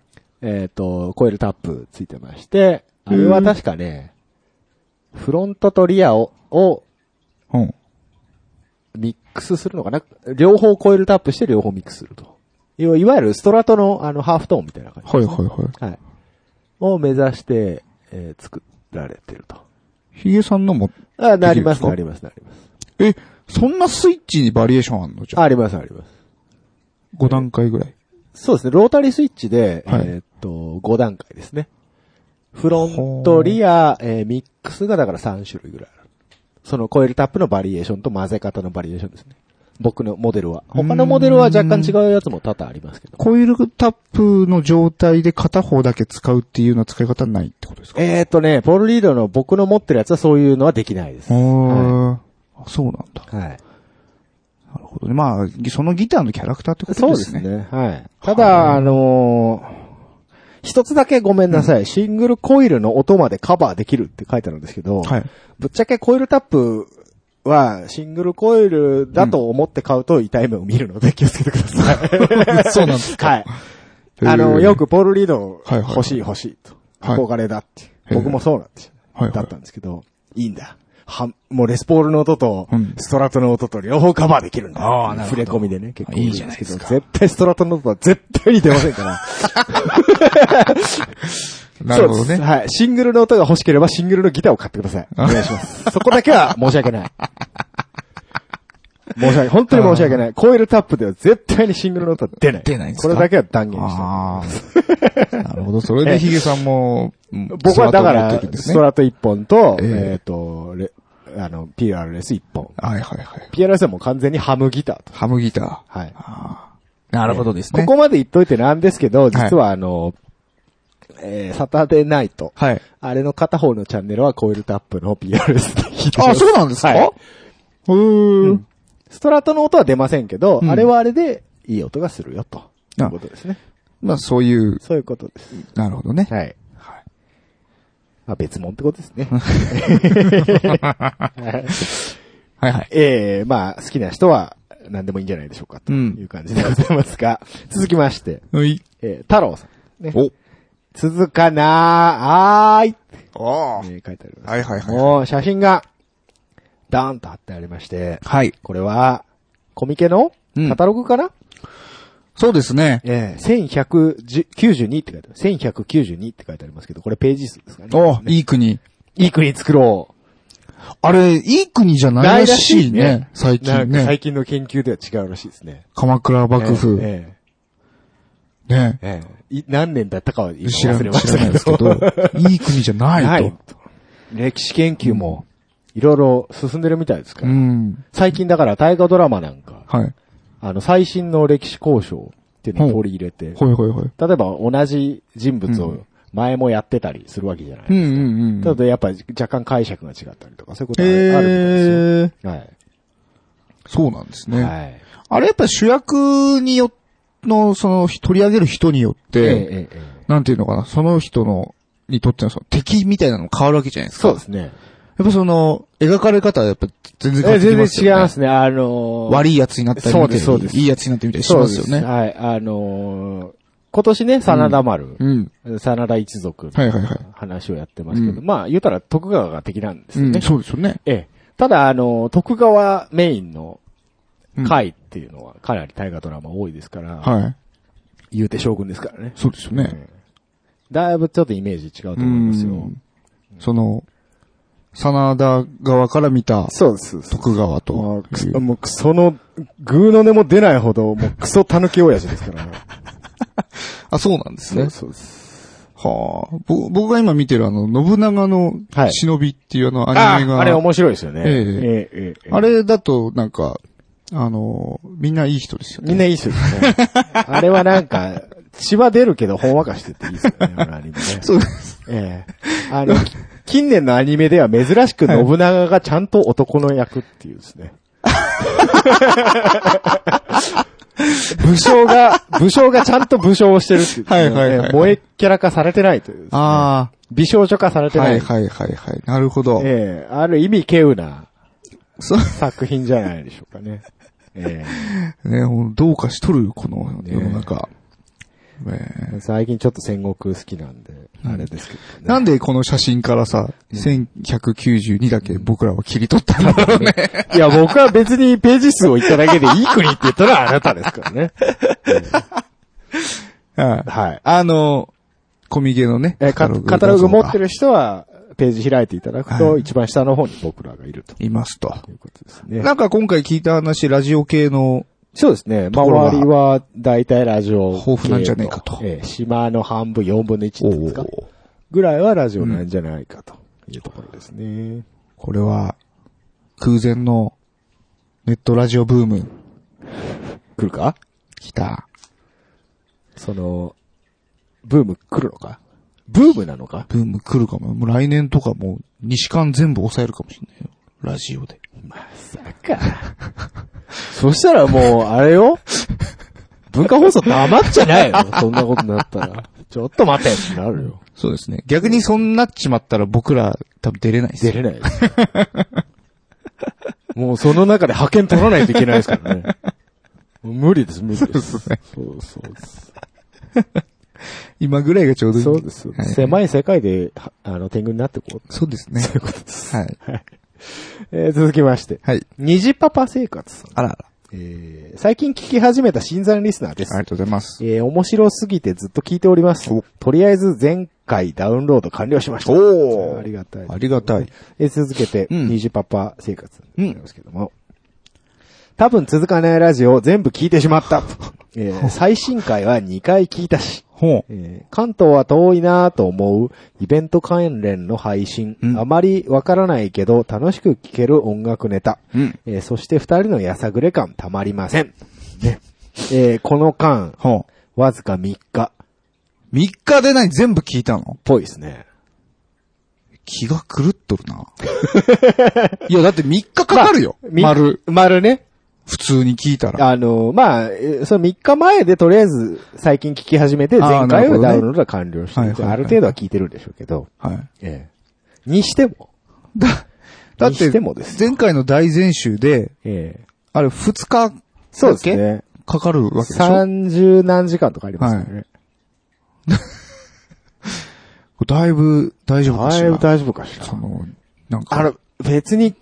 えっ、と、コイルタップついてまして、あれは確かね、フロントとリアを、をうん。ミックスするのかな両方コイルタップして両方ミックスすると。いわいわゆるストラトのあのハーフトーンみたいな感じはいはいはい。はい。を目指して、えー作られてると。ヒゲさんのも、あ、なります、できなるります、なります。え、そんなスイッチにバリエーションあんのじゃあ。あります、あります。 5段階ぐらい。そうですね、ロータリースイッチで、はいえーっと、5段階ですね。フロント、リア、えーミックスがだから3種類ぐらいある。そのコイルタップのバリエーションと混ぜ方のバリエーションですね。僕のモデルは。他のモデルは若干違うやつも多々ありますけど。コイルタップの状態で片方だけ使うっていうような使い方ないってことですかえーっとね、ポールリードの僕の持ってるやつはそういうのはできないです。あはーあ、そうなんだ。い。なるほどね。まあ、そのギターのキャラクターってことそうでですすね。ね。はい。ただ、あのー一つだけごめんなさい。シングルコイルの音までカバーできるって書いてあるんですけど、はい。ぶっちゃけコイルタップはシングルコイルだと思って買うと痛い目を見るので気をつけてください。 そうなんですかはい。あの、へーよ。くポールリードはいはいはい欲しい欲しいと。はい憧れだって。へー僕もそうなんですよはいはいだったんですけど、いいんだ。は、もうレスポールの音とうん、ストラトの音と両方カバーできるんだ。あーなるほ触どれ込みでね、結構いいじゃないですか絶対ストラトの音は絶対に出ませんから。 なるほどそうですね。はい。シングルの音が欲しければシングルのギターを買ってください。お願いします。そこだけは申し訳ない。申し訳、本当に申し訳ない。コイルタップでは絶対にシングルの音は出ない。出ないんですこかれだけは断言した。あ あ。なるほど。それでヒゲさんも、うん僕はだかストラト持らってるん、ですスねトラト1本と、えええっと、レあの、PRS1 本。はいはいはい。 PRS はもう完全にハムギターと。ハムギター。はい。ああ。なるほどですこね。こまで言っといてなんですけど、実はあの、えーサタデーナイト。はい。あれの片方のチャンネルはコイルタップの PRS で弾いてますあ、そうなんですかはいうーん。ストラトの音は出ませんけど、うんあれはあれでいい音がするよと。あいうことですね。まあそういう、そういうことです。なるほ どね。はい。はいまあ別物ってことです ね。はいはい。ええまあ好きな人は何でもいいんじゃないでしょうかとうんいう感じでございますが、続きまして、はい。えー、太郎さん、ね。お。続かなーい、あえー書いてあります。はいはいはい。もう写真が、ダーンと貼ってありまして、はい。これは、コミケのうんカタログかな、そうですね。ええ1192って書いてある。1192って書いてありますけど、これページ数ですかね。おいい国。いい国作ろう。あれ、いい国じゃないらしいね。最な近んかね最。近の研究では違うらしいですね。鎌倉幕え府。えね。ええええい何年だったかは今知ら忘んれまし知たらないけですけど。ど、いい国じゃないと。と。歴史研究も、いろいろ進んでるみたいですかうら。ん。最近だから大河ドラマなんか、はい。あの、最新の歴史交渉っていうのを取り入れて、ほいほいほい。例えば同じ人物を前もやってたりするわけじゃない。うんうんうん。ただやっぱり若干解釈が違ったりとか、そういうことえがあるみたいですよ。ー、はい。そうなんですね。はい。あれやっぱり主役によっの、その、取り上げる人によって、ええええええなんていうのかな、その人の、にとってのその敵みたいなの変わるわけじゃないですか。そうですね。やっぱその、描かれ方はやっぱ全然変わえってき全ま然すよね。違いますね。あのー、悪いやつになったりみたりそうですそうですいいやつになってみたりしそうまですよすね。はい。あのー、今年ね、真田丸、うん。真田一族、はいはいはい。話をやってますけど、うまあ、言うたら徳川が敵なんですうよね。ん、そうですよね。ええ。ただ、あの、徳川メインのうん回っていうのは、かなり大河ドラマ多いですから、はい。言うて将軍ですからね。そうですよね。だいぶちょっとイメージ違うとう思いますよ。ん。その、真田側から見たそうです。徳川ともうくい。そうもうくその、ぐうの音も出ないほど、もうクソ狸親父ですからね。あ、そうなんですね。そうです。はあ。ぼ僕が今見てるあの、信長のはい忍びっていうあのアあニメが、あ、あれ面白いですよね。えええええあれだとなんか、あの、みんないい人ですよね。みんないい人ですね。あれはなんか、血は出るけど、ほんわかしてていいですよね、あのアニメね。そうです。ええあの、き近年のアニメでは珍しく信長がちゃんと男の役っていうです ね。武将が、武将がちゃんと武将をしてるっていうですね、はいはいはいはい萌えキャラ化されてないというですね、あ美少女化され あ、てな。はいいはいはいはい。なるほど。ええある意味、稀有なそう作品じゃないでしょうか ね。えね、ほんどうかしとる、この世の中。えね最近ちょっと戦国好きなんで、あれですけどね。なんでこの写真からさ、1192だけ僕らは切り取ったんだろうね。いや、僕は別にページ数を言っただけでいい国って言ったのはあなたですから ね。 はいはい。あの、コミゲのね、えー、かカタログ持ってる。る人は、ページ開いていただくと、はい一番下の方に僕らがいるといますと。いうことですね。なんか今回聞いた話、ラジオ系の、そうですね。ところが周りは、だいたいラジオ系の。豊富なんじゃねえかとえー島の半分、四分の一っていうんですかおーぐらいはラジオなんじゃないかというところですね。これは、空前のネットラジオブーム、来るか来た。その、ブーム来るのかブームなのかブーム来るかも。もう来年とかもう、西館全部抑えるかもしれないよ。ラジオで。まさか。そしたらもう、あれよ文化放送黙っちゃないよ。そんなことになった ら。ちょっと待てってなるよ。そうですね。逆にそんなっちまったら僕ら多分出れないです出よ。れないです。もうその中で派遣取らないといけないですからね。もう無理です、無理です。そうそうです。今ぐらいがちょうどいい。そうです。はい狭い世界で、はあの、天狗になってこう。そうですね。そういうことです。はい。えー続きまして。はい。虹パパ生活さん。あらあら。えー最近聞き始めた新参リスナーですありが。とうございます。えー面白すぎてずっと聞いております。とりあえず前回ダウンロード完了しました。おーありがたい。ありがたい。えー続けて、うんニジパパ生活なんですけども。多分続かないラジオを全部聞いてしま った。えー最新回は2回聞いたし、ほう。えー関東は遠いなぁと思うイベント関連の配信、うんあまりわからないけど楽しく聴ける音楽ネタ、うんえーそして二人のやさぐれ感たまりません。ねえーこの間、ほわずか3日、う。3日で何全部聞いたのぽいですね。気が狂っとる な。いや、だって3日かかるよ。み丸。。丸ね。普通に聞いたら。あの、まあ、えその3日前でとりあえず最近聞き始めて、あー前なる回ほはどねダウンロードは完了してはいるはいはいある程度は聞いてるんでしょうけど、はい。ええ。にしても、だ、だっにしててもです、前回の大全集で、ええ。あれ2日そうですね。かかるわけでしょ30何時間とかありますよね。だいぶ大丈夫かだしいぶら。大丈夫かしら。その、なんか。あの、別に、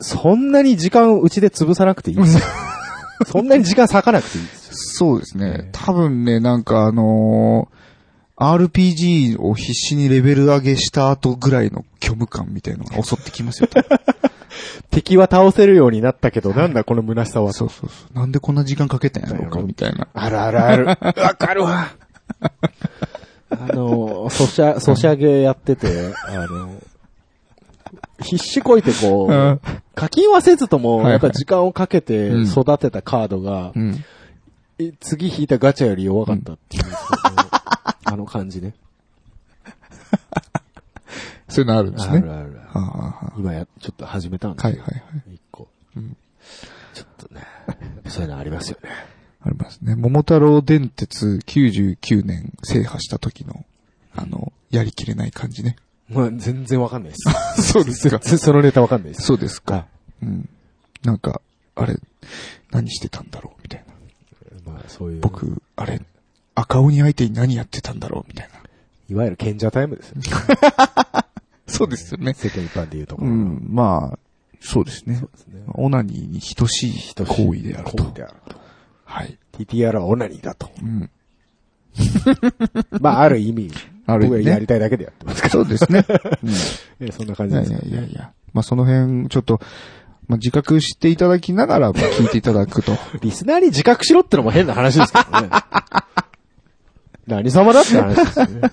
そんなに時間うちで潰さなくていいですよ。 そんなに時間割かなくていいですよ。そうですええね。多分ね、なんかあのー RPG を必死にレベル上げした後ぐらいの虚無感みたいのが襲って きますよ。多分敵は倒せるようになったけど、なんだこの虚しさは。そうそうそう。なんでこんな時間かけたんやろうか、みたいな。あるあるある。わかるわ。あの、ソシャ、ソシャゲやってて、あの、必死こいてこうう、ん。課金はせずとはいも、はいやっぱ時間をかけて育てたカードがう、ん。え次引いたガチャより弱かったっていう、そのあの感じね。そういうのあるんですあね。るあるある。はあはあは今や、ちょっと始めたんであすはいよはいはい。一個。ちょっとね、そういうのありますよね。ありますね。桃太郎電鉄99年制覇した時の、あの、やりきれない感じね。まあ、全然わかんないです。 そうですか。そそのネタわかんないです。そうですか。うん。なんか、あれ、何してたんだろうみたいな。まあ、そういう。僕、あれ、赤鬼相手に何やってたんだろうみたいな。いわゆる賢者タイムですよね。そうです よね。世間一般で言うとこうろ。ん、まあ、そうですね。ですねオナニーに等しい行為であると。行為であると。はい。 TTR はオナニーだと。うん。まあ、ある意味、 ある意味ね僕がやりたいだけでやってますかそうです ね。うん ら。えそんな感いじやでいすや。いやいや。まあ、その辺、ちょっと、まあ、自覚していただきながら、まあ聞いていただくと。リスナーに自覚しろってのも変な話ですけど ね。何様だって話ですよね。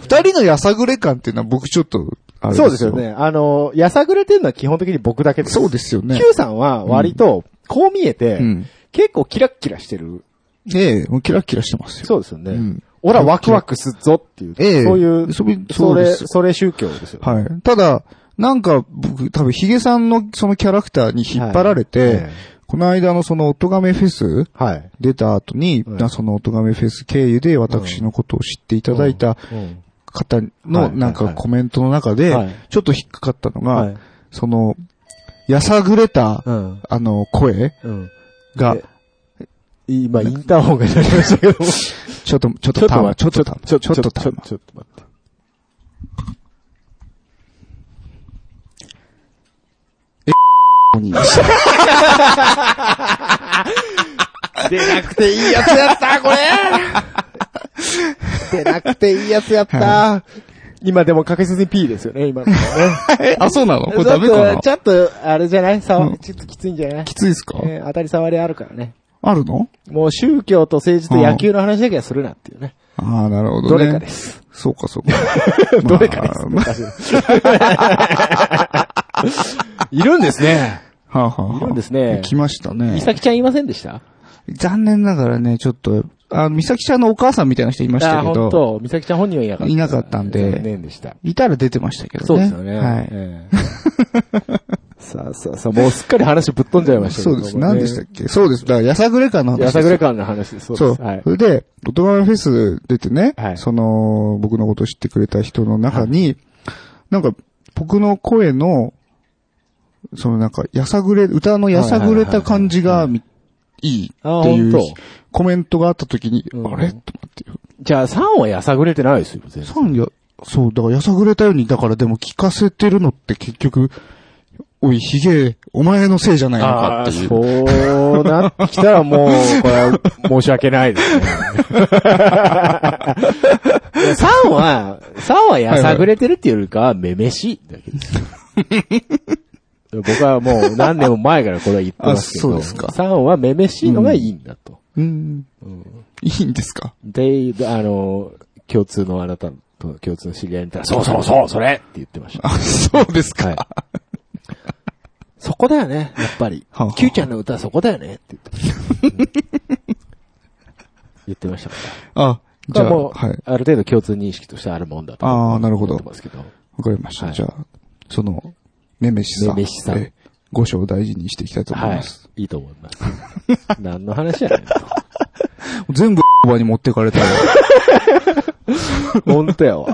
二人のやさぐれ感っていうのは僕ちょっと、 あれそうですよ。ね。あの、やさぐれてるのは基本的に僕だけです。そうですよね。 Q さんは割と、こう見えて、うん。結構キラッキラしてる。ええ、もうキラキラしてますよ。そうですようね。ん。俺はワクワクすっぞっていう。ええそういう、そびそそうでれ、すそれ宗教ですよね。はい。ただ、なんか僕、多分ヒゲさんのそのキャラクターに引っ張られて、えこの間のその、おとがめフェスえはい。出た後に、うんなそのおとがめフェス経由で私のことを知っていただいたうん。方はのいなはんかいコメントの中ではい、ちょっと引っかかったのが、はい。その、やさぐれた、うん。あの、声うん。がえ、今、インターホンが鳴りましたけど。 ちちょっと、ちょっとたま、ちょっとたま、ちょっとちたょま。ちょっと待って。出なくていいやつやった、これ出なくていいやつやった。今でも確実に P ですよね、今のね。え、あ、そうなのこちょっれダメかと、なちょっと、あれじゃないさうんわ、ちょっときついんじゃないきついですかえー当たり障りあるからね。あるのもう宗教と政治と野球の話だけはするなっていうね。ああ、なるほどどね。れかで。す。そうか、そうか。どれかですまあいるんですね。はあはあはいるんですね来ましたね美。咲ちゃんいませんでした残念ながらね、ちょっと、あの、美咲ちゃんのお母さんみたいな人いましたあけー、本ど、当美咲ちゃん本人はいなかった。いなかったんで残念でした。いたら出てましたけどね。そうですよね。はい。ええさあさあさあ、もうすっかり話ぶっ飛んじゃいましたけそどうです。何でしたっけけそうです。だから、やさぐれ感の話でやす。さぐれ感の話です。そうそでう。す。はいそ。れで、オトガメフェス出てね、はいその、僕のことを知ってくれた人の中に、なんか、僕の声の、そのなんか、やさぐれ、歌のやさぐれた感じが、みいいあっていう本当コメントがあった時に、うんあれと思って、じゃあ3はやさぐれてないですよ、全然。さんや、そう、だからやさぐれたように、だからでも聞かせてるのって結局、おい、ヒゲ、お前のせいじゃないのかっていう。そうなってきたらもう、これは申し訳ないですね。3は、3はやさぐれてるっていうよりかは、めめしいだけです。僕はもう何年も前からこれは言ってますけど、あそうですか3はめめしいのがいいんだと。うん。いいんですか で、あの、共通のあなたと共通の知り合いにいたら、そうそうそう、それって言ってました。あ、そうですか。はい。そこだよね、やっぱり はあはあ。 Q ちゃんの歌はそこだよねって言って。言ってましたかあ、ら。じゃあ、もう、はい。ある程度共通認識としてあるもんだと。ああ、なるほど。思ってわますけど。かりました。はいじゃあ、その、めめしさん。めめしさんえご賞を大事にしていきたいと思いはます。い。いいと思います。何の話やねんと。全部、おばに持ってかれたら。 本当やわ。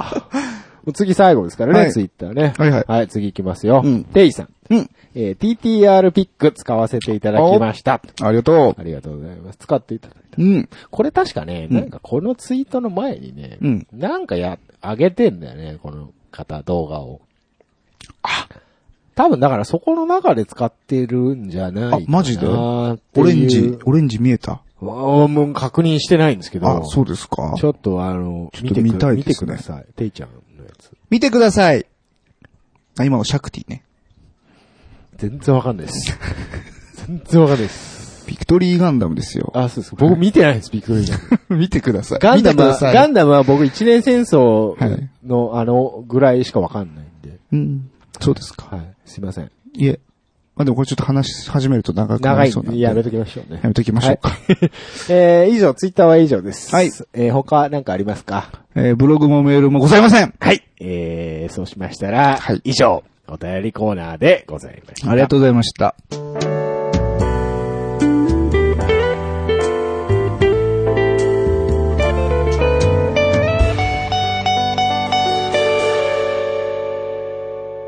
もう次最後ですからね、はいツイッターね。はいはいはい、次行きますよ。うんテイさん。 うん。えー TTR ピック使わせていただきました。ありがとありがとうございます。使っていただいた。う。うん。これ確かね、うんなんかこのツイートの前にね、うんなんかや、上げてんだよね、この方、動画を。あ多分だからそこの中で使ってるんじゃないかなあマジでっていうオレンジ、オレンジ見えた。あーもう確認してないんですけど。あ、そうですか。ちょっとあの、ちょっと見た見いでてすくね見てください。ていちゃんのやつ。見てください。あ、今のシャクティね。全然わかんない です。全然わかんないです。ビクトリーガンダムですよ。あ、そうです。僕見てないです、ビッグリーガン。 見てください。ガンダム 見ては、くださいガンダムは僕一年戦争の、あの、ぐらいしかわかんないんで。うん。そうですか。はい。すいません。いえ。まあ、でもこれちょっと話し始めると長くな長りいそうなん。で。やめときましょうねや。めときましょうか。 えー、以上、ツイッターは以上です。はいえー、他なんかありますかえーブログもメールもございません。はい。えー、そうしましたら、はい以上、お便りコーナーでございました。ありがとうございました。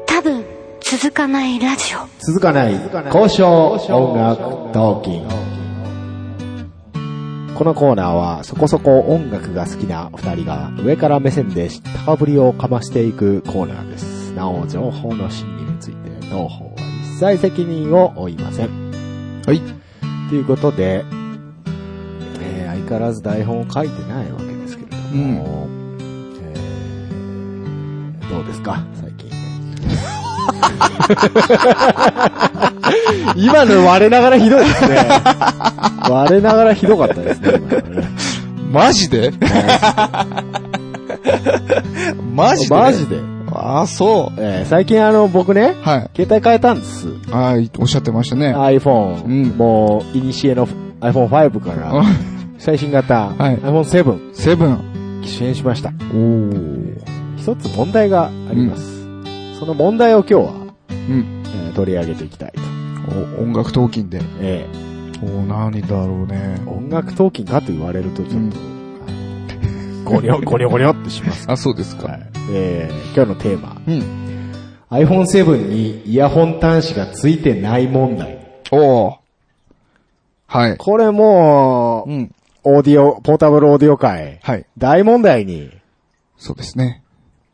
多分続かないラジオ続かない交渉音楽トーキンこのコーナーはそこそこ音楽が好きな2人が上から目線で知ったかぶりをかましていくコーナーですなお情報の真偽について同方は一切責任を負いませんはい。ということで、えー相変わらず台本を書いてないわけですけれども、えーどうですか最近今の我ながらひどいです ね。我ながらひどかったですね、今のねマジ でマジでマジで。ああ、そえー最近あの、僕ねう。、はい。携帯変えたんです。はい、おっしゃってましたね。 iPhone。うんもう、いにしえの iPhone5 から、最新型、はい iPhone7、 セブン。機種変しました。おー。一つ問題があります。その問題を今日は、うん。えー取り上げていきたいと。お音楽トーキンで。えおー、何だろうねー。音楽トーキンかと言われるとちょっと、あのゴニョ、ゴニョゴニョってします。あ、そうですか。はい。えー、今日のテーマ。うん。 iPhone7 にイヤホン端子がついてない問題。おー。はい。これもう、ん。オーディオ、ポータブルオーディオ界、はい。大問題に、そうですね。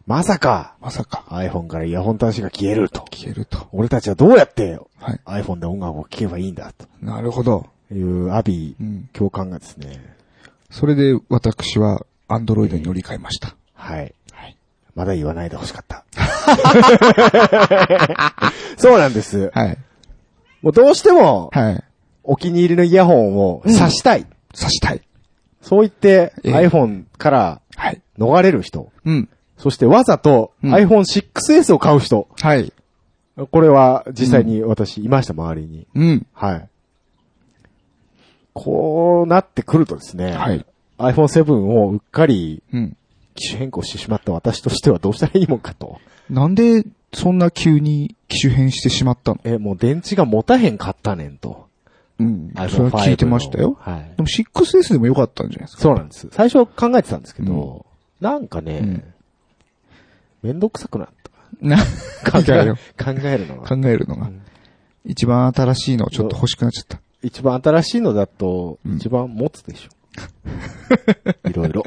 まさかまさか。 iPhone からイヤホン端子が消えると。消えると。俺たちはどうやってはい。 iPhone で音楽を聴けばいいんだとなるほど。いうアビうーん。教官がですね、それで私は、アンドロイドに乗り換えました。はい。はい。まだ言わないでほしかった。 そうなんです。はい。もうどうしても、はい。お気に入りのイヤホンを挿したい。刺したい。そう言って、ええ iPhone からはい。逃れる人。うん。そしてわざとうん iPhone6S を買う人。はい。これは実際に私いました、周りに。うん。はい。こうなってくるとですね。はい。 iPhone7 をうっかりうん。機種変更してしまった私としてはどうしたらいいもんかと。なんで、そんな急に機種変してしまったのえ、もう電池が持たへんかったねんと。うん。 iPhone それは聞いてましたよ。はいで。も 6S でもよかったんじゃないですか。そうなんです。最初考えてたんですけど、なんかね、うんめんどくさくなっ な、た。考考ええる考えるの考が。えるのうがん。一番新しいのちょっと欲しくなっちゃった。一番新しいのだと、うん一番持つでし ょ。いろいろ。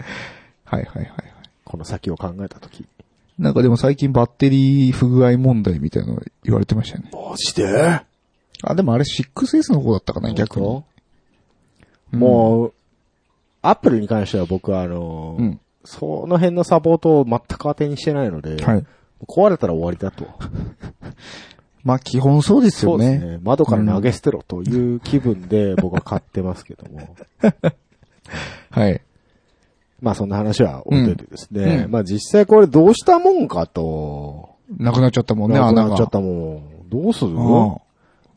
はいはいはいはい。この先を考えたとき。なんかでも最近バッテリー不具合問題みたいなの言われてましたよね。マジであ、でもあれ 6S の方だったかな、逆に。うんもう、アップルに関しては僕はあの、うん。その辺のサポートを全く当てにしてないので、はい。壊れたら終わりだと。まあ基本そうですそようでね。すね。窓から投げ捨てろという気分 で僕は買ってますけども。はい。まあそんな話は置いといてですね。うんまあ実際これどうしたもんかと。なくなっちゃったもんね、なく穴なが。っちゃったもん。どうするうん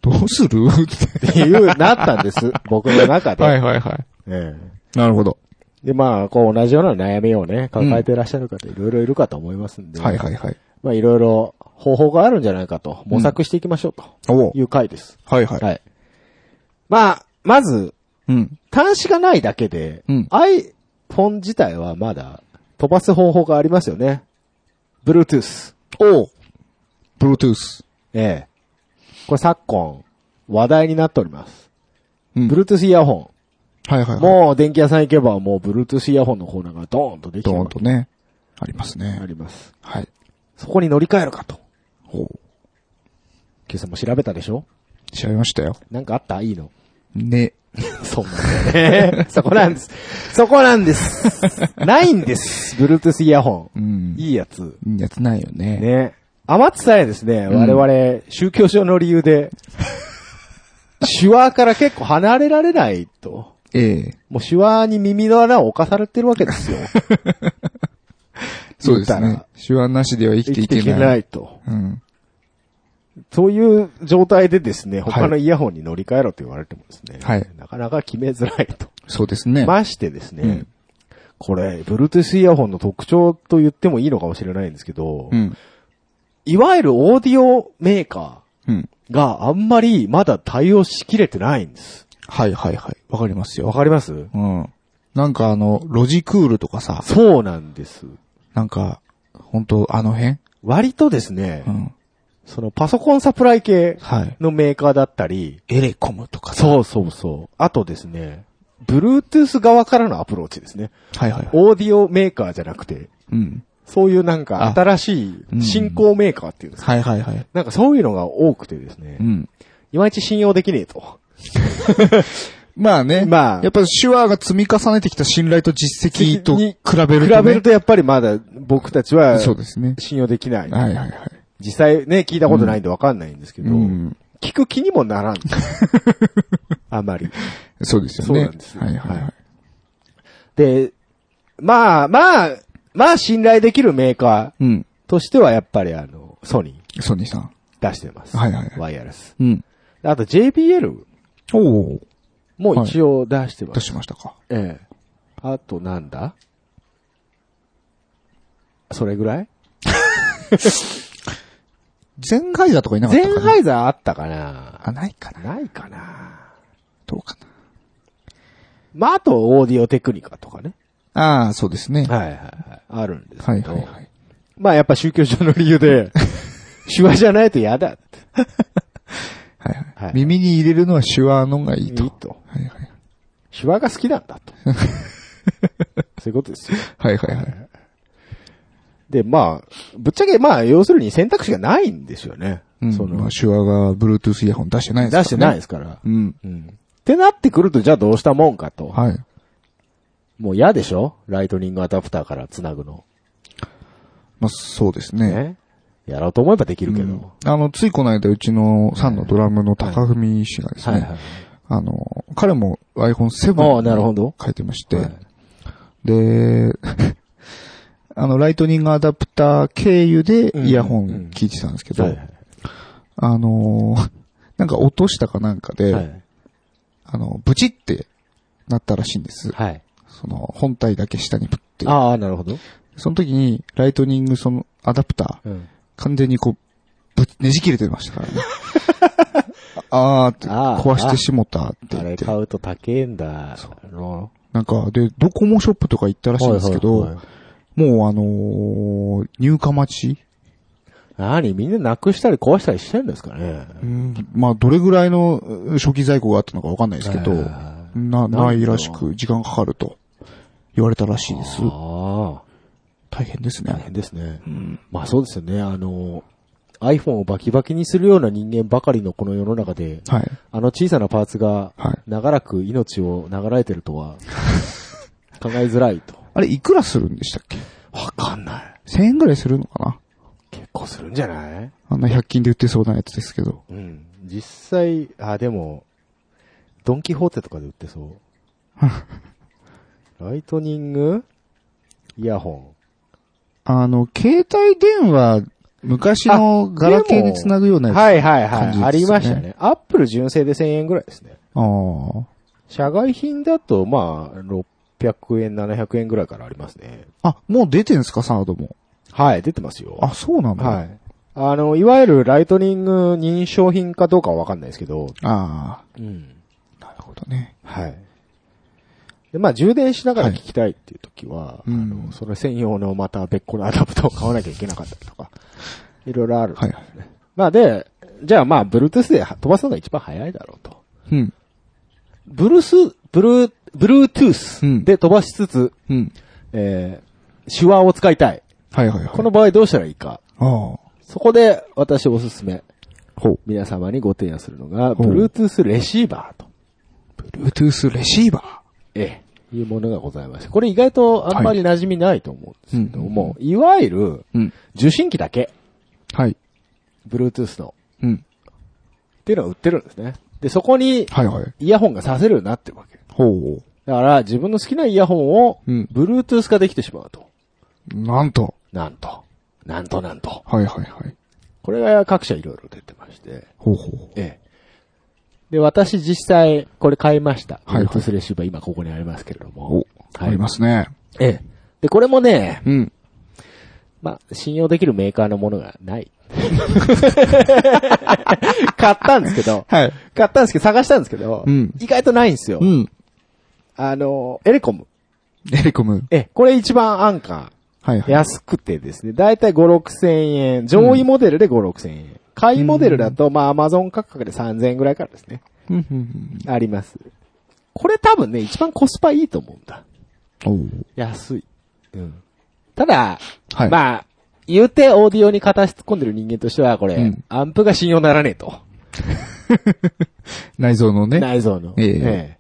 どうするっっていう、なったん です。僕の中 て。で。はいはいはい。えなるほど。えで、まあ、こう同じような悩みをね、抱えていらっしゃる方いろいろいるかと思いますんで。はいはいはい。まあいろいろ方法があるんじゃないかと、模索していきましょうとおういう回です。はいはい。はい。まあ、まず、うん。端子がないだけで、うん iPhone 自体はまだ飛ばす方法がありますよね。Bluetooth。おう Bluetooth。ええ。これ昨今、話題になっております。うん。 Bluetooth イヤホはいはいはン。い。もう電気屋さん行けばもう Bluetooth イヤホンのコーナーがドーンとできてドるーンとね。ありますねあ。ります。はい。そこに乗り換えるかと。おう今朝も調べたでしょ調べましたよ。なんかあったいい の。ね。そうなんだよね。そこなんです。そこなんです。ないんです。Bluetooth イヤホうン。ん。いいやつ。いいやつないよね。ね。余ってさえですね、ん我々、宗教上の理由で、手話から結構離れられないと。ええもう手話に耳の穴を侵されてるわけです よ。そう言っですたねら。手話なしでは生き生てきいてけいない。けないと。うん。そういう状態でですね、い他のイヤホンに乗り換えろと言われてもですね、はいなかなか決めづらいと。そうですね。ましてですね、うんこれ、Bluetooth イヤホンの特徴と言ってもいいのかもしれないんですけど、うん。いわゆるオーディオメーカうん。ーがあんまりまだ対応しきれてないんです。はいはいはい。わかりますよ。わかりますうん。なんかあの、ロジクールとかさ、そうなんです。なんか、本当あの辺割とですね、うん。そのパソコンサプライ系はい。のメーカーだったり、エレコムとかさ。そうそうそう。あとですね、Bluetooth 側からのアプローチですね。はいはいはい。オーディオメーカーじゃなくて、うん。そういうなんかあ新しうんい進行メーカーっていうんですか、はいはいはい。なんかそういうのが多くてですね、うん。いまいち信用できねえと。まあね。まあやっぱ手話が積み重ねてきた信頼と実績と比べる比とね。べるとやっぱりまだ僕たちはそうですね。信用できない。はいはいはい。実際ね、聞いたことないんでわかんないんですけど、うん。聞く気にもなら ん。あまり。そうですよそね。うなんですよはいはいははいい。で、まあまあ、まあ信頼できるメーカうん。ーとしてはやっぱりあの、ソニーソニーさん。出してます。はいはいはいワイヤレス。うん。あと JBL おお。も一応出してます出。しましたか。ええ。あとなんだそれぐらいゼンガイザーとかいなかったゼかなンハイザーあったかなあ、ないかな。ないかなどうかな。まあ、あと、オーディオテクニカとかね。ああ、そうですね。はいはいはい。あるんですはけいど。はいはい。まあ、やっぱ宗教上の理由で、手話じゃないと嫌だって。はいはいはい耳に入れるのは手話のがいいいと。いと。はいはい。手話が好きなん だと。そういうことですよ。はいはいはい。で、まあ、ぶっちゃけ、まあ、要するに選択肢がないんですよね。うん。そまのあ、、手話が Bluetooth イヤホン出してないですか出らね。してないですから。うん。うん。ってなってくると、じゃあどうしたもんかと。はい。もう嫌でしょライトニングアダプターから繋ぐの。まあ、そうですね。ね。やろうと思えばできるけど。うんあの、ついこの間、うちのさんのドラムの高文氏がですはいねはい、。あの、彼も iPhone7 ああ、なるほど。書いてましはてい、で、 あの、ライトニングアダプター経由でうんイヤホン聞いてたんですけはどい、あの ー、なんか落としたかなんかで、はい。あの、ブチってなったらしいんです。はい。その、本体だけ下にプって。ああ、なるほど。その時に、ライトニングそのアダプター、うん。完全にこう、ぶねじ切れて ましたからね。ああーって、あー壊してしもたってあ言っれて。買うと高えんだ。そう。のなんか、で、ドコモショップとか行ったらしいんですけはいはいどはい、もうあのー入荷待ち何みんななくしたり壊したりしてんですかねまあ、どれぐらいのうん初期在庫があったのかわかんないですけど、はいはいはな、んだろうないらしく、時間かかると言われたらしいです。ああ。大変です大ね。変ですね。まあそうですよね。あの、iPhone をバキバキにするような人間ばかりのこの世の中で、はい。あの小さなパーツがはい、長らく命を流れてると は、考えづらいと。あれ、いくらするんでしたっけわかんない。 1000円ぐらいするのかな結構するんじゃないあんな100均で売ってそうなやつですけど。うん。実際、あ、でも、ドンキホーテとかで売って そう。ライトニングイヤホあの、携帯電話、昔のガラケーにつなぐようン。なやつ。はいはい感はじですい。ねありましたね。アップル純正で1000円ぐらいですね。あー社外品だと、まあ、600円、700円ぐらいからありますね。あ、もう出てんすか、サードも。はい、出てますよ。あ、そうなんだ。はい。あの、いわゆるライトニング認証品かどうかはわかんないですけど、あうん。あ、なるほどね。はい。で、まあ、充電しながら聞きたいっていう時は、うんあの、それ専用のまた別個のアダプターを買わなきゃいけなかったりとか、いろいろある。はいはい。まあ、で、じゃあまあ、Bluetooth で飛ばすのが一番早いだろうと。うん。ブルース、ブルー、うん Bluetooth で飛ばしつつ、うん。えー、手話を使いたい。はいはいはい。この場合どうしたらいいか。ああ。そこで、私おすすめ。ほう。皆様にご提案するのが、ほう Bluetooth レシーバーと。 Bluetooth レシーバええ、いうものがございまして。これ意外とあんまり馴染みないと思うんですけども、い、わゆるー。うん。受信機だけ、はい。 Bluetooth の、うん。っていうのが売ってるんですね。で、そこにはいはい。イヤホンがさせるようになってるわけ。ほだから自分の好きなイヤホンを、うん Bluetooth 化できてしまうと。う。なんと。なんと。なんとなんと。はいはいはい。これが各社いろいろ出てまして。ほうほうほう。ええ。で、私実際、これ買いました。はブいはいルートゥースレシーバー、今ここにありますけれども。。ありますすね。ええ。で、これもね、うん。まあ、信用できるメーカーのものが ない。買ったんですけど、はい。買ったんですけど、探したんですけど、うん意外とないんですよ。うん。あの、エレコム。エレコム。ええ、これ一番安価。はいはい。安くてですね、だいたい5、6千円。上位モデルで5、6千円。買いモデルだと、まあ、アマゾン価格で3千円ぐらいからですね。うんうんあります。これ多分ね、一番コスパいいと思うんだ。うん。安い。うん。ただ、おはい。まあ、言うてオーディオに片足突っ込んでる人間としては、これ、うんアンプが信用ならねえと。内臓のね。内臓の。えええ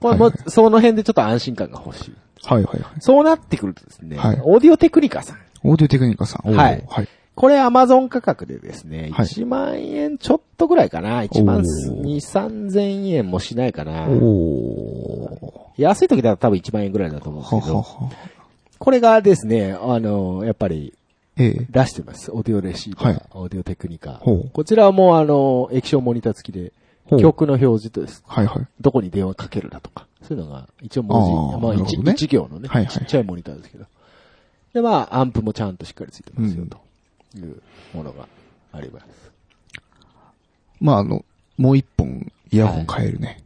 これも、はいその辺でちょっと安心感が欲しい。はいはいはい。そうなってくるとですね、はいオーディオテクニカさん。オーディオテクニカさん。おーはいはい。これアマゾン価格でですね、はい1万円ちょっとぐらいかな。1万お2、ー3千円もしないかな。お安い時だと多分1万円ぐらいだと思うんですはけはど、は。これがですね、あの、やっぱりええ。出してます。オーディオレシーバー、はいオーディオテクニカ。ほうこちらはもうあの、液晶モニター付きで、ほう曲の表示とです。はいはい。どこに電話かけるだとか、そういうのが一応文字、あーまあなるほ一どね一行のね、はいはいちっちゃいモニターですけど。で、まあ、アンプもちゃんとしっかりついてますよ、うんというものがあります。まあ、あの、もう一本、イヤホン変えるね。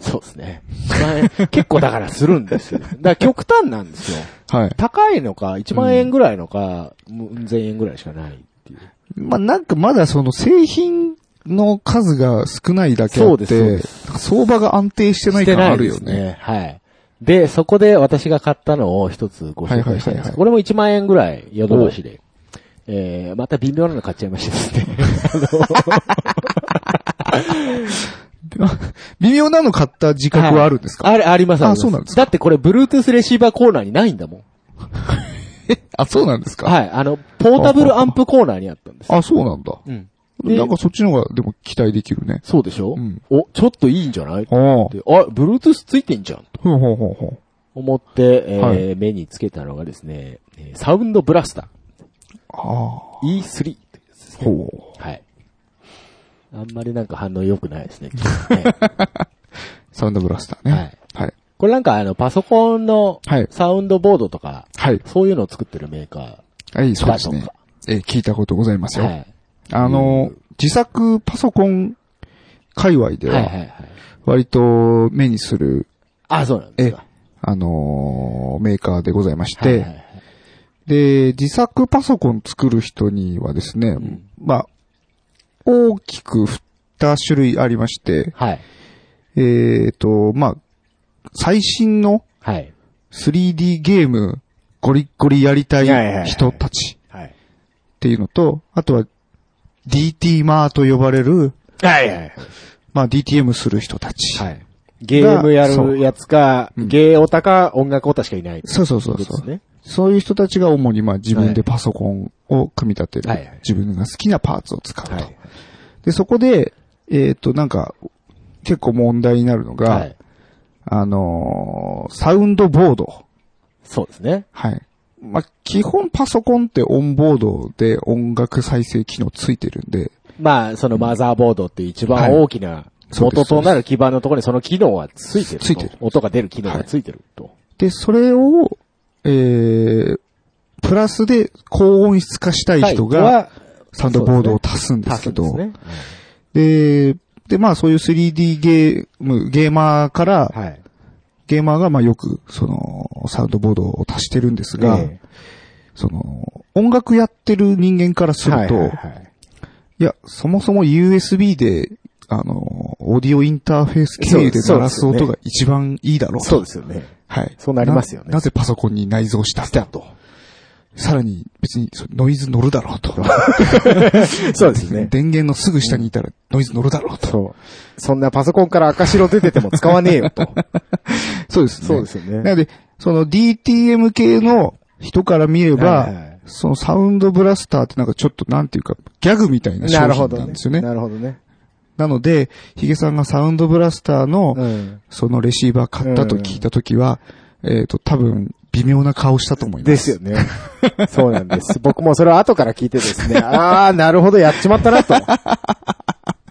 そうですね。 まあ結構だからするんですよ。だから極端なんですよ。はい。高いのか、1万円ぐらいのか、うん、1000円ぐらいしかないっていう。まあ、なんかまだその製品の数が少ないだけあそうっですそうでて、相場が安定してない感あるよしてないね。です。はい。で、そこで私が買ったのを一つご紹介したいんではいはいはすいけはど。いこれも1万円ぐらい、ヨドバシで。えー、また微妙なの買っちゃいましたですね。 微妙なの買った自覚はあるんですか、あれ、あります、ありますそうなんですかだってこれ、Bluetooth レシーバーコーナーにないんだもん。あ、そうなんですかはい。あの、ポータブルアンプコーナーにあったんです。あ、そうなんだ。うん。でなんかそっちの方がでも期待できるね。そうでしょうんお、ちょっといいんじゃないって、あ、ああ。 Bluetooth ついてんじゃん。ほうほうほうほう。思って、えーは目につけたのがですね、えーサウンドブラスタああ。ー E3 というやつですね。ほう。はい。あんまりなんか反応良くないですね。 サウンドブラスターね。はい。これなんかあの、パソコンのはい。サウンドボードとか、はい。そういうのを作ってるメーカはい、ーそうだですとねか。。えー、聞いたことございますよ。はい。あの、自作パソコン界隈ではいはいはは、い。割と目にする、あ、そうなんですか。あのーメーカーでございましはいて、はいはいで、自作パソコン作る人にはですね、んまあ、大きく2種類ありまして、はい。えっ、と、まあ、最新のはい。 3D ゲームゴリッゴリやりたいやいやいやい人たちはい。っていうのと、あとは DT マーと呼ばれる、はいはいはい。まあ DTM する人たち。はい。ゲームやるやつか、そううんゲーオタか音楽オタしかいない。そうそうそうことそう、ですね。そういう人たちが主にまあ自分はいでパソコンを組み立てる。はいはい自分が好きなパーツを使うと。はい。で、そこで、えっ、と、なんか、結構問題になるのが、はい。あのーサウンドボード。そうですね。はい。まあ、基本パソコンってオンボードで音楽再生機能ついてるんで、まあ、そのマザーボードっていう一は番い大きなそうで元すとなる基盤のところにその機能はついてると。ついてる音が出る機能がついてると。で、それを、えー、プラスで高音質化したい人が、はサウンドボードを足すんですけど、多数ですね。で、で、まあそういう 3D ゲーム、ゲーマーから、はい。ゲーマーがまあよく、その、サウンドボードを足してるんですが、えその、音楽やってる人間からすえると、はいいはいはいや、そもそも USB で、あの、オーディオインターフェース経由で鳴らすそうですよね音が一番いいだろうと。そうですよね。はい。そうなりますよねななぜパソコンに内蔵したしたと。さらに、別にそノイズ乗るだろうと。そうですね。 電源のすぐ下にいたらノイズ乗るだろうと。そう。そんなパソコンから赤白出てても使わねえよと。そうですね。そうですよね。なので、その DTM 系の人から見れば、はいはいそのサウンドブラスターってなんかちょっとなんていうか、ギャグみたいな商なるほ品どなんねですよね。ななるほどね。ので、ヒゲさんがサウンドブラスターの、うん。そのレシーバー買ったと聞いたときは、えっ、と、多分、微妙な顔したと思います。ですよね。 そうなんです。僕もそれを後から聞いてです ね、あー、なるほど、やっちまったな、と。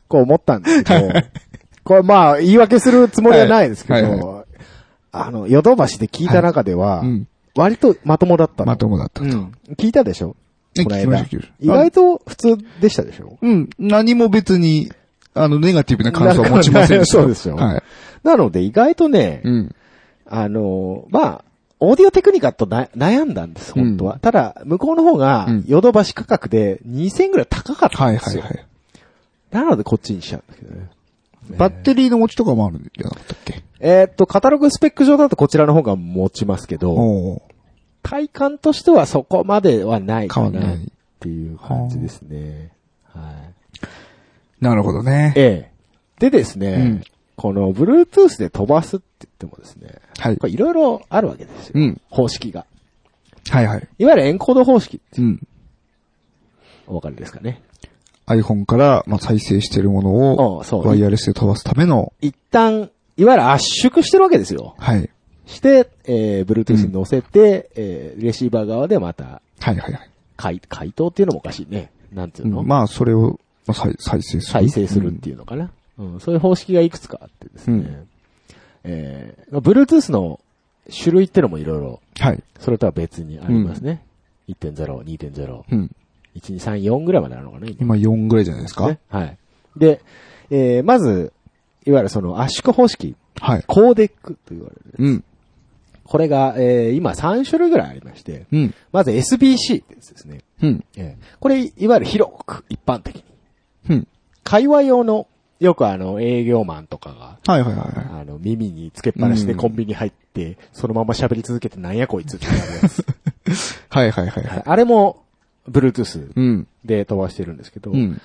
こう思ったんですけど、これまあ、言い訳するつもりはないですけど、はいはいあの、ヨドバシで聞いた中では、うん。割とまともだったのまともだった。うん。聞いたでしょえこの聞きま間した聞きました意外と普通でしたでしょうん。何も別に、あの、ネガティブな感想は持ちませんでした。なんかねそうですよはい。なので意外とね、うん。あの、まあ、オーディオテクニカとな悩んだんです、本当は。ただ、向こうの方がうん、ヨドバシ価格で2000円ぐらい高かったはんいではすいよ。はい。なのでこっちにしちゃうんですけどね。バッテリーの持ちとかもあるんじゃなかったっけえーっと、カタログスペック上だとこちらの方が持ちますけど、おお体感としてはそこまではないか変わんななっい。ていう感じですね。はい。なるほどね。ええ。でですね、うんこの Bluetooth で飛ばすって言ってもですね、はいこ。れいろいろあるわけですよ。うん。方式が。はいはい。いわゆるエンコード方式。うん。お分かりですかね。 iPhone から、まあ、再生してるものを、うんそうワイヤレスで飛ばすための、一旦、いわゆる圧縮してるわけですよ。はい。して、えー、Bluetooth に乗せて、えーレシーバー側でまた、はいはいはい。回、回答っていうのもおかしいね。なんていううの、んまあ、それを、まあ、再再生する。再生するっていうのかな、うんそういう方式がいくつかあってですね。うんえー、Bluetooth の種類っていうのもいろいろ、うん。はい。それとは別にありますね。1.0、2.0、うん。 1,2,3,4ぐらいまであるのかな、今今4ぐらいじゃないですか。ね。はい。で、えー、まず、いわゆるその圧縮方式、はい。コーデックと言われる。うん。これが、えー、今3種類ぐらいありまして、うん。まず SBC ってやつですね。うん。えーこれ、いわゆる広く一般的に。うん。会話用の、よくあの、営業マンとかが、はいはいはいはい。あの、耳につけっぱなしでうんコンビニ入って、そのまま喋り続けてなんやこいつってなるや つ。はいはいはいははいい。あれも、Bluetooth うん。で飛ばしてるんですけど、うん。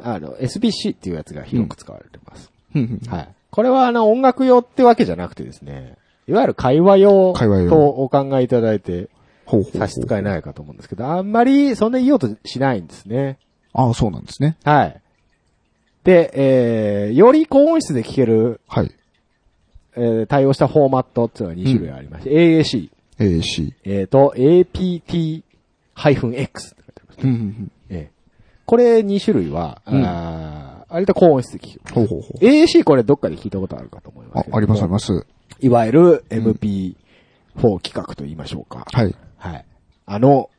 あの、SBC っていうやつが広く使われてます。うん。はい。これはあの、音楽用ってわけじゃなくてですね、いわゆる会話用会話用とお考えいただいてほうほうほう差し支えないかと思うんですけど、あんまりそんな言おうとしないんですね。ああ、そうなんですね。はい。で、えー、より高音質で聴ける、はい。えー対応したフォーマットっていうのが2種類ありまして、AAC、 AC。えーと、APT-X って書いてあります。うんうんえーこれ2種類は、うんあー割と高音質で聴ける。うん。ほうほうほう。 AAC これどっかで聞いたことあるかと思いまあすけ、ど。ありますあります。いわゆる MP4 企画と言いましょうか。はい。はい。あの、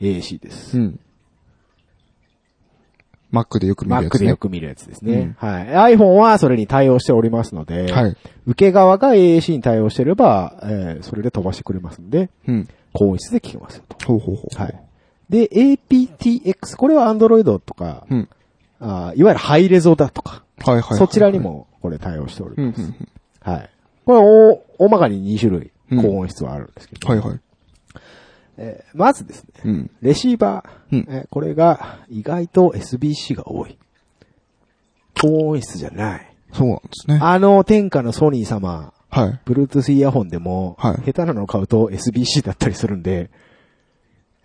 AC です。うん。Mac でよく見るや Mac つでねよ。く見るやつですね。はい。iPhone はそれに対応しておりますので、はい。受け側が AAC に対応してれば、えーそれで飛ばしてくれますんで、うん。高音質で聞けますよと。ほうほうほう。はい。。で、APTX、これは Android とか、うん。あーいわゆるハイレゾだとか、はいはいはい。そちらに。もこれ対応しておりうんうます。んはい。これ大、大まかに2種類うん、高音質はあるんですけど、うん。はいはい。えーまずですね、うん。レシーバー、うんえーこれが意外と SBC が多い。高音質じゃ ない。そうなんですね。あの天下のソニー様、はい。 Bluetooth イヤホンでも、はい下手なのを買うと SBC だったりするんで、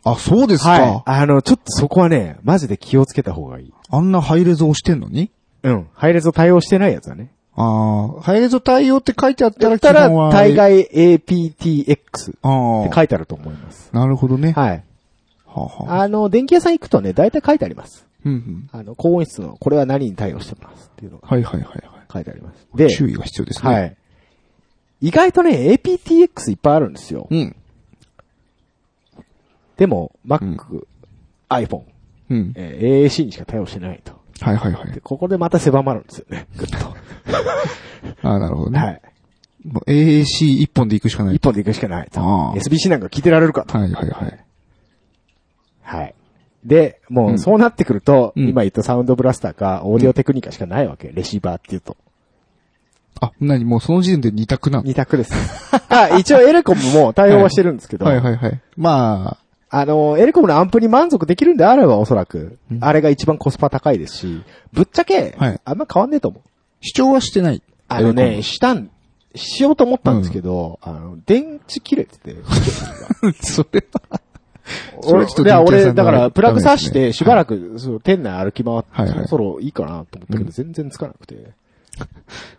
あ、そうですはいか。。あの、ちょっとそこはね、マジで気をつけた方がいい。あんなハイレゾをしてんのにうん。配列を対応してないやつはね。ああ、ハイレゾ対応って書いてあっただらったら基本は、大。概 APTX ってああ。書いてあると思います。なるほどね。ははい。あはあ。あの、電気屋さん行くとね、大体書いてあります。うんうん。あの、高音質の、これは何に対応してますっていうのがはいはいはいはい。書いてあります。で、注意が必要ですね。は。い。意外とね、APTX いっぱいあるんですよ。うん。でも、Mac、iPhone、うん。えー AAC にしか対応してないと。はいはいはで、い。ここでまた狭まるんですよね。ぐっと。ああ、なるほどね。はい。もう AAC 一本で行くしかない一。本で行くしかないと。ああ SBC なんか聞いてられるかと。はいはいはい。はい。で、もんうそうなってくると、うん今言ったサウンドブラスターか、オーディオテクニカしかないわけ。レシーバーっていうと。あ、なにもうその時点で二択なの二択 です。あ、一応エレコムも対応はしてるんですけど、はいはいはい。まあ、あの、エレコムのアンプに満足できるんであればおそらく、あれが一番コスパ高いですし、ぶっちゃけ、はいあんま変わんねえと思う。主張はしてない。あのエレね、コしたん、しようと思ったんですけど、あの、電池切れてて、ム、 それは。 それ俺はちょっと、いや電池屋俺、さんがだから、プラグ挿ダメですしねて、しばらく、そう店内歩き回って、はいはいそろそろいいかなと思ったけうんど、全然つかなくて。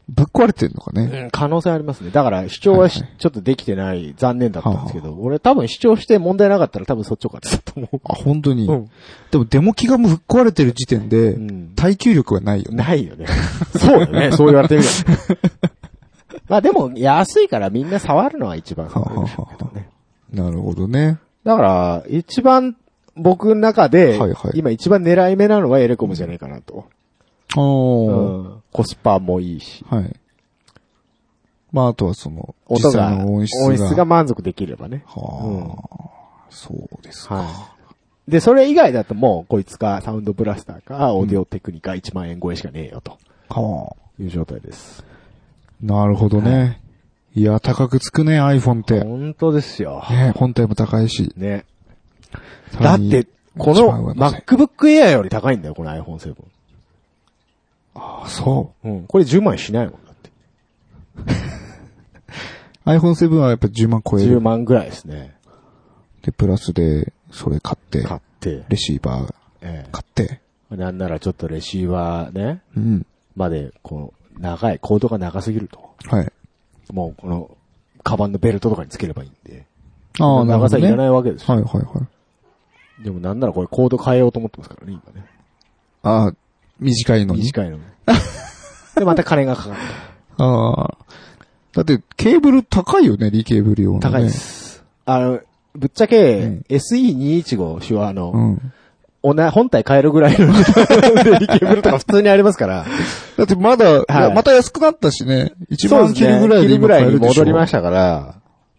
ぶっ壊れてんのかね。うん、可能性ありますね。だから、主張はしはいちょっとできてない、残念だったんですけど、俺多分主張して問題なかったら多分そっちを勝ってたと思あ、本当に。う。うん。でもデモ機がもうぶっ壊れてる時点で、うん耐久力がないよね。ないよ ね。そうよ ね。そう言われてみる。まあでも、安いからみんな触るのは一番ははははなるほどね。だから、一番、僕の中で、はいはい今一番狙い目なのはエレコムじゃないかなと。おー。うんコスパもいいし。はい。まあ、あとはその、音実際が、の音質が。音質が満足できればね。はあ、そうですか。はい。で、それ以外だともう、こいつか、サウンドブラスターか、オーディオテクニカ1万円超えしかねえよ、とはあ。いう状態です。なるほどね。いや、高くつくね、iPhone って。本当ですよ。ね、本体も高いし。ね。さだらっにて、こ一万の上乗せ MacBook Air より高いんだよ、この iPhone7。あそうん。これ10万円しないもん、だって。う。iPhone7 はやっぱ10万超え10る。万ぐらいですね。で、プラスで、それ買って、買って。レシーバーえ買って、え。なんならちょっとレシーバーね、うん。まで、こう、長い、コードが長すぎると。はい。もう、この、カバンのベルトとかにつければいいんで。ああ、な長るほさど、いね。らないわけですよはいはいはい。でもなんならこれコード変えようと思ってますからね、今 ね。ああ、短いのに。短いのに。で、また金がかかる。ああ。だって、ケーブル高いよね、リケーブル用の、ね。高いで。す。あの、ぶっちゃけ、うん SE215 手話うの、ん。おな、本体変えるぐら いのデリケーブルとか普通にありますから。だってまだ、はいまた安くなったしね。一番切るぐらいで切るぐ今ら買えいにるでしょ。戻りましたから。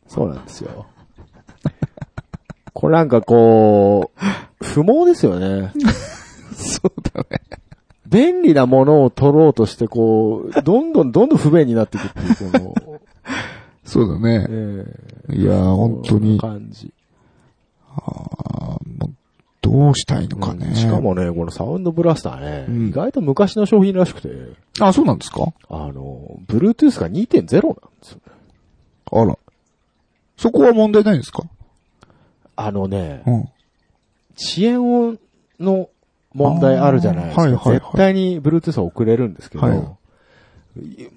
そうなんですよ。これなんかこう、不毛ですよね。 そうだね。便利なものを取ろうとして、こう、どんどんどんどん不便になっていくっていう、この、そうだねえ。いやー、え本当に、あ感じ。あー、もう、どうしたいのかね。うんしか。もね、このサウンドブラスターね、うん意外と昔の商品らしくて、あ、そうなんですかあの、Bluetooth が2.0なんですよね。あら。そこは問題ないんですかあのね、うん。遅延音の問題あるじゃないですか。あーはいはいはい絶対に Bluetooth は遅れるんですけど、は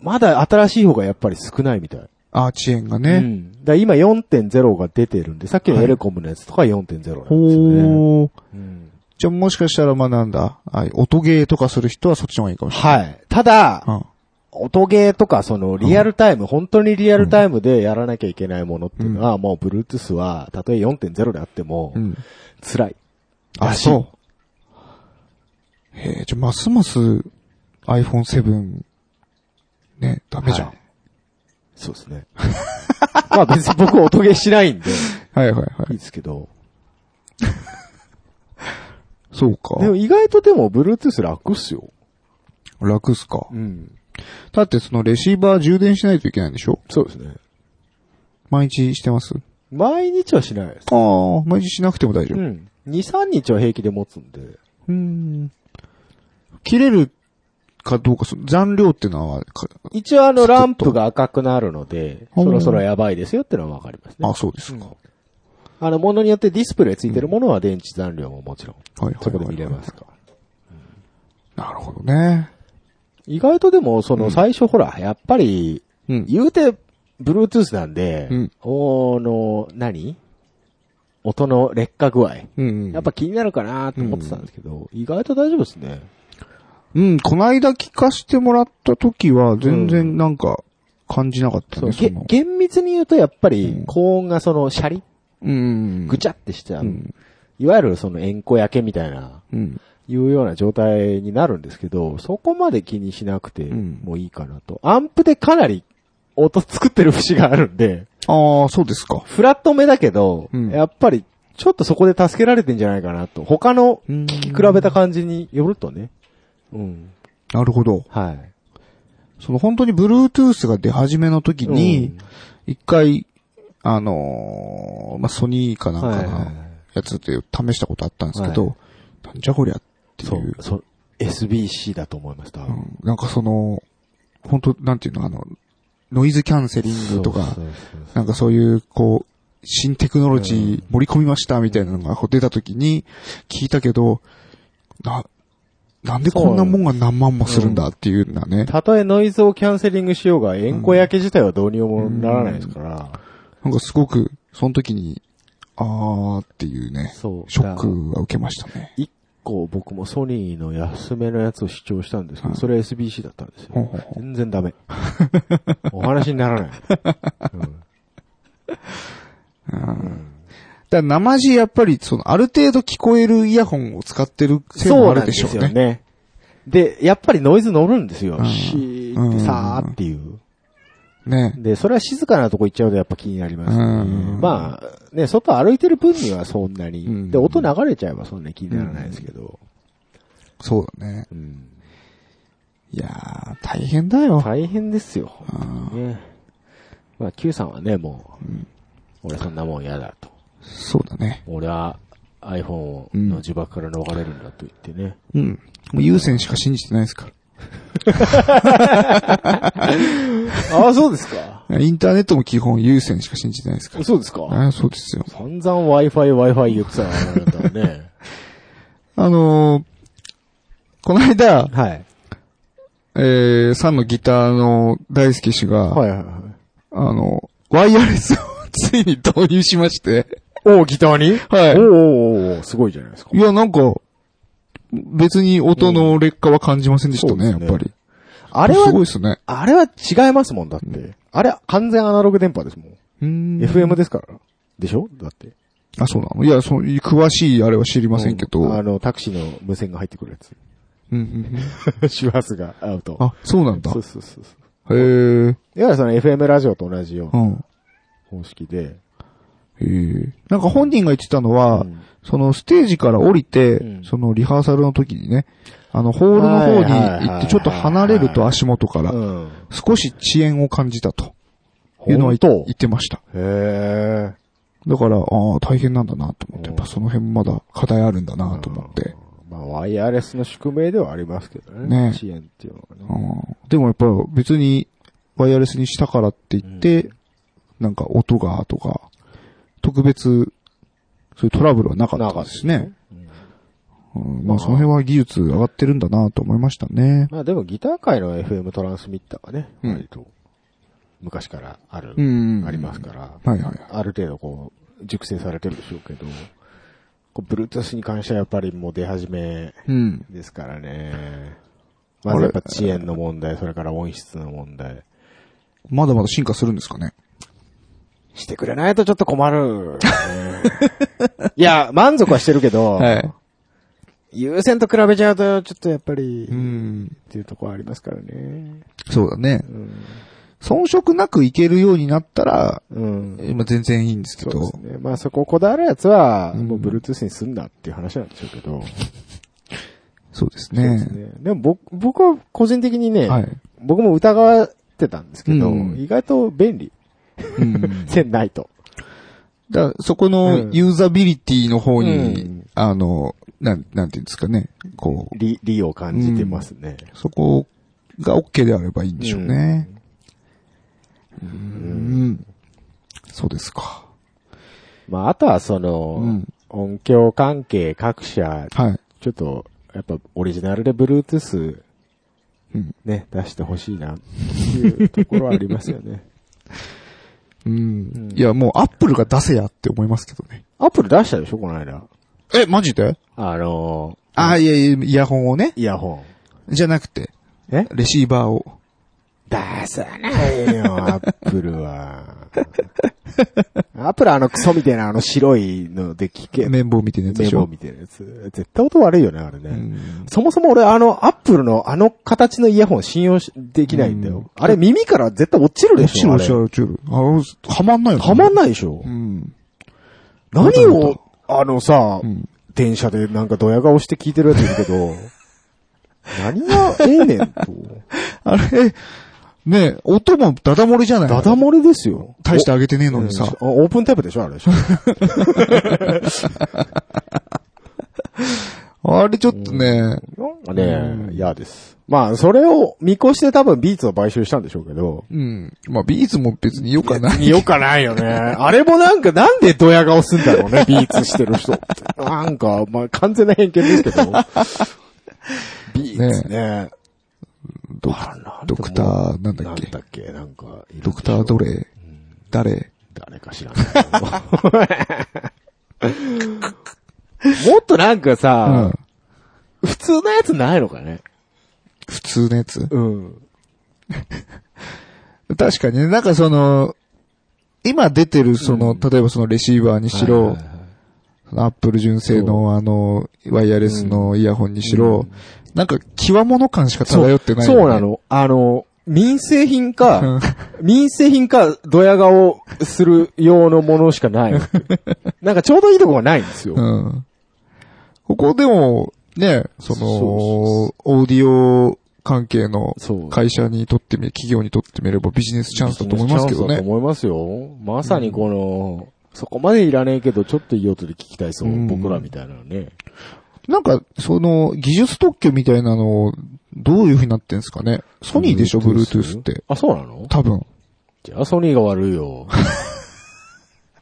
まだ新しい方がやっぱり少ないみたい。あー、遅延がうね。ん、だから今4.0が出てるんで、さっきのはいエレコムのやつとか4.0なんですよね。ほー。うんじゃあもしかしたら、まあなんだ、あ音ゲーとかする人はそっちの方がいいかもしれない。はい。ただ、はい。音ゲーとか、その、リアルタイム、本当にリアルタイムでやらなきゃいけないものっていうのは、もう、Bluetooth は、たとえ4.0であってもう、ん。辛い。あ、らしいそう。へえ、じゃあ、ますます iPhone7、ね、ダメじゃん。はいそうですね。 まあ別に僕音ゲーしないんで、はい、はいはいいいですけど。そうか。でも意外とでも、Bluetooth 楽っすよ。楽っすか。ん。だってそのレシーバー充電しないといけないんでしょそうですね。毎日してます毎日はしないです。ああ、毎日しなくても大丈う夫。ん。2、3日は平気で持つんで。うん。切れるかどうか、その残量ってのはか、一応あの、ランプが赤くなるので、そろそろやばいですよってのはわかりますね。あ、そうですか。あの、ものによってディスプレイついてるものは電池残量ももちろん、はいはいはいはいそこで見れますか。なるほどね。意外とでも、その最初ほら、やっぱり、うん言うて、Bluetooth なんで、うんおの、何音の劣化具合。うん、うん。やっぱ気になるかなと思ってたんですけど、意外と大丈夫ですね。うん、この間聞かしてもらった時は、全然なんか、感じなかったね、そうそげの。厳密に言うとやっぱり、高音がその、シャリ、うん。ぐちゃってしちゃう。うんいわゆるその、円弧焼けみたいな、うん。いうような状態になるんですけど、そこまで気にしなくてんもいいかなと。アンプでかなり音作ってる節があるんで、ああ、そうですか。フラット目だけど、うんやっぱりちょっとそこで助けられてんじゃないかなと。他のうん聞き比べた感じによるとね。うん。なるほど。はい。その本当に Bluetooth が出始めの時うにん、一回、あのーまあ、ソニーかなんかはいはいはいのやつで試したことあったんですけど、なんじゃこりゃっていそうう、。そう、SBC だと思いました。多う分んなんかその、本当なんていうの、あの、ノイズキャンセリングとかそう、そうそうそうなんかそういう、こう、新テクノロジー盛り込みましたみたいなのがこう出た時に聞いたけど、な、なんでこんなもんが何万もするんだっていうんだね。たとえノイズをキャンセリングしようが、円弧焼け自体はどうにもならないですから。なんかすごく、その時に、あーっていうね、そう。ショックは受けましたね。一個僕もソニーの安めのやつを主張したんですけど、はいそれ SBC だったんですほうよ。ほうほう全然 ダメ。お話にならない。だから生地やっぱり、その、ある程度聞こえるイヤホンを使ってるせいもあるでしょうそうなんね。ですよね。で、やっぱりノイズ乗るんですうよ。んシーってさーっていう。ね。で、それは静かなとこ行っちゃうとやっぱ気になりますね、うんまあ、ね、外歩いてる分にはそんなに。うんで、音流れちゃえばそんなに気にならないですけど。そうだね。うんいやー、大変だよ。大変ですよ。本当にね。まあ、Q さんはね、もう、俺そんなもん嫌だと。そうだね。俺は iPhone の呪縛から逃れるんだと言ってね。うん。もう優先しか信じてないですかああ、そうですか。ら。インターネットも基本優先しか信じてないですから。 そうですか。あそうですよ。散々 Wi-Fi、Wi-Fi 言ってたからね。あのー、この間、 はい。えー、サンのギターの大輔氏が、はいはいはい。あの、ワイヤレスをついに導入しまして、おギターにはいおーおーおーすごいじゃないですかい。や、なんか、別に音の劣化は感じませんでしたね、うんそうですねやっぱり。あれすごいは、ですね。あれは違いますもん、だって。あれは完全アナログ電波ですもん。FM ですから。でしょだって。あ、そうなのいや、そういう詳しいあれは知りませんけど。ううんんあの、タクシーの無線が入ってくるやつ。 うんうん周波数が合うと。あ、そうなんだ。そうへそうそうそえ。う。うん。いわゆるその FM ラジオと同じような方式で。へえ。なんか本人が言ってたのは、うんそのステージから降りて、うんそのリハーサルの時にね、あの、ホールの方に行ってちょっと離れると足元から、うん。少し遅延を感じたというのは言本当ってました。へえ。だから、ああ、大変なんだなと思って、うやんっぱその辺まだ課題あるんだなと思って。まあ、ワイヤレスの宿命ではありますけどね。ね遅延っていうのはうね。んでもやっぱ別にワイヤレスにしたからって言って、なんか音がとか、特別、そういうトラブルはなかったですしなかね。うんまあその辺は技術上がってるんだなと思いましたね。まあでもギター界の FM トランスミッターはね、うん割と昔からある、うんありますから、はいはいはいある程度こう、熟成されてるでしょうけど、こう Bluetooth に関してはやっぱりもう出始めうん。ですからね。まずやっぱ遅延の問題、それから音質の問題。まだまだ進化するんですかね。してくれないとちょっと 困る、ねいや、満足はしてるけど、い。優先と比べちゃうとちょっとやっぱり、うっん。ていうところありますからね。そうだね。うん。遜色なくいけるようになったら、うん。今全然いいんですけそうど。ですね。まあそこをこだわるやつは、うんもう Bluetooth にすんなっていう話なんでしょうけど。そうですそうですね。でも僕、僕は個人的にね、はい。僕も疑ってたんですけど、うん意外と便利。 うん線ないと。だからそこのユーザビリティの方に、うんあの、なん、なんていうんですかね。こう、利、利を感じてますね。そこが OK であればいいんでしょうね。うん。そうですか。まああとはその、うん音響関係各社、はい。ちょっと、やっぱオリジナルで Bluetooth うん。ね、出してほしいなっていうところはありますよね。うん。んいや、もうアップルが出せやって思いますけどね。 アップル出したでしょこの間。え、マジであのああ、いやいや、イヤホンをね。イヤホン。じゃなくて、えレシーバーを。出さないよ、アップル は。アップルはあのクソみたいなあの白いので聞け。綿棒みたいなやつでメしモょ。みたいなやつ。絶対音悪いよね、あれうね。んそもそも俺あのアップルのあの形のイヤホン信用しできないんだよ。あれ耳から絶対落ちるで落しちょ。るあ落ちるれ落ちる。あの、はまんないよねはまんないでしょう。ん。何わかるを、あのさ、ん電車でなんかドヤ顔して聞いてるやついるけ ど、何がええねんと。あれ、ねえ、音もダダ漏れじゃないダダ漏れですよ。大して上げてねえのにさ。うんオープンタイプで しょあれでしょあれちょっとね、ねえ、嫌です。まあ、それを見越して多分ビーツを買収したんでしょうけど。うん。まあ、ビーズも別に良かない。よかないよね。 あれもなんか、なんでドヤ顔すんだろ うね、ビーツしてる人って。なんか、まあ、完全な偏見ですけど。ビーツね。ドあらドクターなんだっけなんだっけなんかいるんでしょ、ドクターどれ誰誰か知らないけど。 もっとなんかうさん、。普通のやつないのかね普通のやつうん。 確かにね、なんかその、今出てるその、例えばそのレシーバーにしろ、アップル純正のあの、ワイヤレスのイヤホンにしろ、なんか、際物感しか漂ってない、そうそうな。の。あの、民生う品んか、民生品か、ドヤ顔する用のものし かない。なんかちょうどいいとこがないんですよ。うん。ここでも、ね、そそうその、オーディオ関係のそう会社にとってみ、企業にとってみればビジネスチャンスだと思いますけどチャンスだとね。思いますよ。まさにこの、そこまでいらねえけど、ちょっといい音で聞きたいそう、うん僕らみたいなのね。なんか、その、技術特許みたいなの、どういう風になってんですかね。ソニーでしょ、Bluetooth って。。あ、そうなの多分。じゃあソニーが悪 いよ。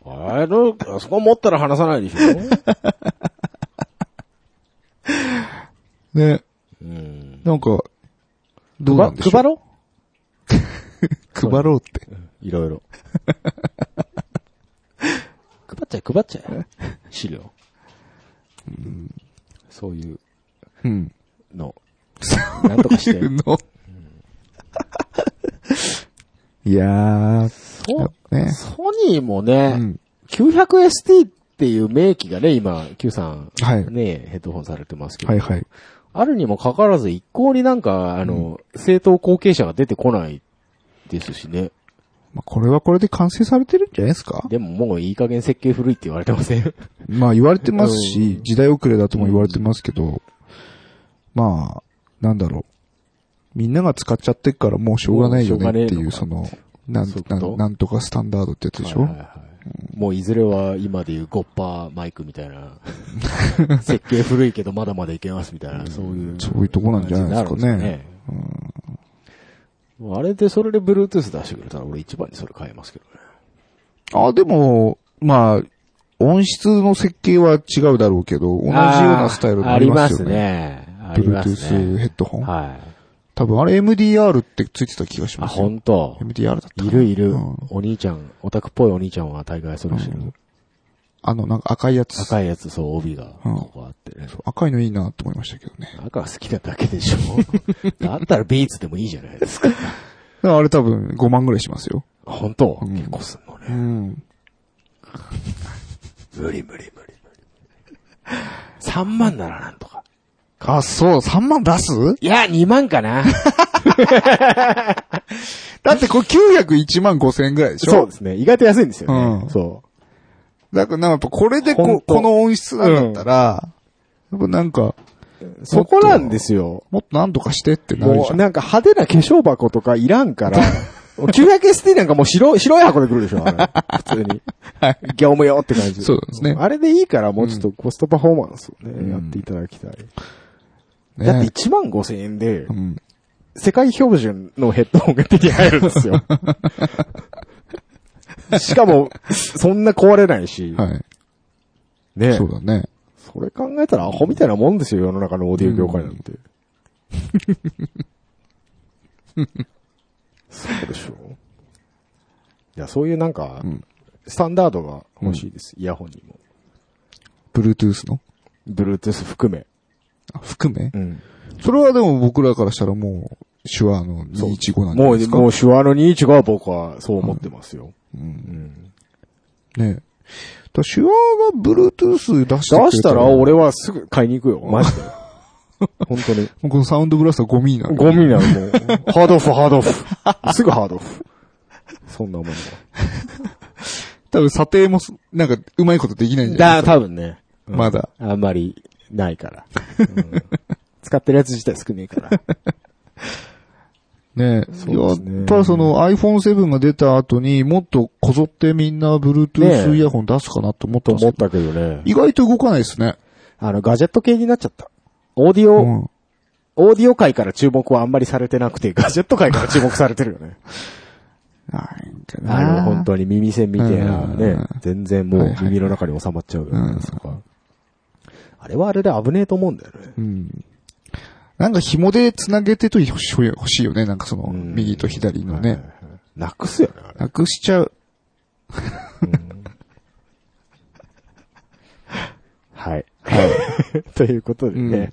あの、あそこ持ったら話さないでし ょね、うん。なんか、どうなんでしょう。配ろ配ろうって。ういろいろ。 配っちゃえ、配っちゃえ。 資料。そういううん。の。なんとかして。 の。いやー、そね。ソニーもうね、ん。 900ST っていう名機がね、今、Q さん、はい。ね、ヘッドホンされてますけど、はいはい。あるにもかかわらず一向になんか、あの、政党後継者が出てこないですしね。まあ、これはこれで完成されてるんじゃないですかでももういい加減設計古いって言われてませんまあ言われてますしう、ん時代遅れだとも言われてますけど、まあ、なんだろう。みんなが使っちゃってっからもうしょうがないよねっていもう、うそしょうがの、なんそういう、こなとんなんとかスタンダードってやつでしょ、はいはいはいもういずれは今でいうゴッパーマイクみたい な、設計古いけどまだまだいけますみたいな、そういう。そういうとこなんじゃないですかね感じにるんですかねもうあれでそれで Bluetooth 出してくれたら俺一番にそれ買えますけどね。あ、でも、まあ、音質の設計は違うだろうけど、同じようなスタイルになりますよね。ありますね。あ Bluetooth りますねヘッドホン。はい。多分あれ MDR ってついてた気がしあ、ますほよ。んと。 MDR だったかないるいる、うんお兄ちゃん、オタクっぽいお兄ちゃんは大概それしてる。あの、なんか赤いやつ。赤いやつ、そう、帯が、うんここあってね。赤いのいいなと思いましたけどね。赤が好きなだけでしょ。 だったらビーツでもいいじゃないですか。だからあれ多分5万ぐらいしますよ。本当、うん結構すんのね。ん。無理無理無理無理。3万ならなんとか。あ、そう、3万出すいや、2万かな。だってこれ901万5千円ぐらいでしょそうですね。意外と安いんですよね。うんそだからなんかやっぱこれでほこんとこの音質なんだったら、やっぱなんか、う。そこなんですよ。もっとなんとかしてってなるもじゃう、ん。なんか派手な化粧箱とかいら んから、900ST なんかもう白い、白い箱で来るでしょ、あれ普通に。業務用って感じ。そうですねあれでいいからもうちょっとコストパフォーマンスをね、やっていただきたい。だってね1万5千円でう、ん。世界標準のヘッドホンが手に入るんで すよ。しかも、そんな壊れないし、はい。ねそうだね。それ考えたらアホみたいなもんですよ、世の中のオーディオ業界なんて。そうでしょいや、そういうなんか、んスタンダードが欲しいです、イヤホンにも。 Bluetooth の Bluetooth 含め。あ含め、ん。それはでも僕らからしたらもう、手話の215なんじゃなもいでう、すかもう手話の21が僕はそう思ってますよ。ね。だから手話が Bluetooth 出してくれ出したら俺はすぐ買いに行くよ、マジで。 本当に。もうこのサウンドブラスターゴミになる。ゴミなの、もう。 ハードオフ、ハードオフ。すぐハードオフ。そんなものは。多分査定もす、なんか、うまいことできないんじゃないだ、多分ね。うんまだ。あんまりないから。うん使ってるやつ自体少ねえ から。ねうですねやっぱその iPhone7 が出た後にもっとこぞってみんな Bluetooth ねえイヤホン出すかなと思ったとんです思っけど、たけどね。意外と動かないですね。あの、ガジェット系になっちゃった。オーディうオ、ん。オーディオ界から注目はあんまりされてなくて、ガジェット界から注目されてるよね。なんかなあの、本当に耳栓みたいなうんうんねうん、全然もはいうはい耳の中に収まっちゃうよね、そこはあれはあれで危ねえと思うんだよね。うん。なんか紐で繋げてと欲しい欲しいよね。なんかその、うん右と左のね。なくすよね、あれ。なくしちゃう。はい。はい。 ということでね、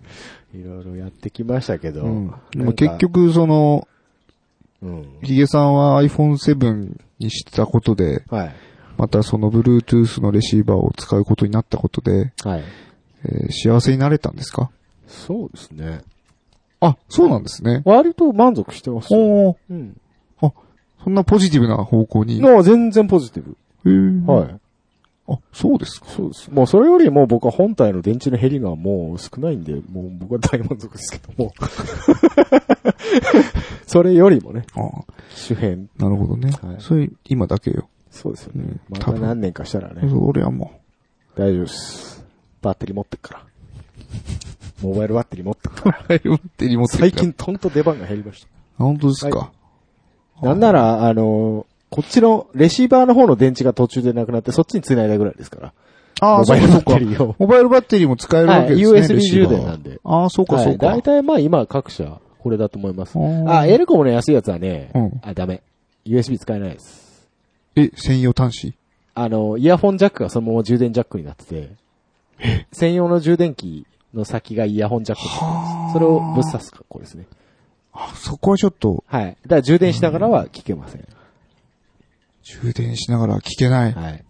いろいろやってきましたけど。うん。でなんもか結、局、その、うん。ヒゲさんは iPhone7 にしたことで、はい。またその Bluetooth のレシーバーを使うことになったことで、はい。えー幸せになれたんですかそうですね。あ、そうなんですね。割と満足してますよ。おお、うん。そんなポジティブな方向に。の全然ポジティブ。ははい。い。あ、そうですか。そうです。もうそれよりも僕は本体の電池の減りがもう少ないんで、もう僕は大満足ですけど も。それよりもね、あ周辺。なるほどね。はいそれ、今だけよ。そうですようね。んま多た分何年かしたらね。そう俺はも大丈夫です。バッテリー持ってっから。モバイルバッテリー持ってっから。 う。持ってリモ最近ほんと出番が減りましあ本当ですか。た。なんなら、あのこっちのレシーバーの方の電池が途中でなくなって、そっちに繋いだぐらいですから。ああ、モそバうイかそルバうかッテ。リーを。モバイルバッテリーも使えるわけですね。はい USB レシーバー充電なんでああ、そうかそうか。はい。大体まあ今各社、これだと思います。あ、えエルコムの安いやつはね、うんあ、ダメ。USB 使えないです。え、専用端子あの、イヤホンジャックがそのまま充電ジャックになってて、専用の充電器の先がイヤホンジャックになってます。それをぶっ刺す格好ですね。あ、そこはちょっと、はい。だから充電しながらは聞けません。充電しながら聞けない。はい。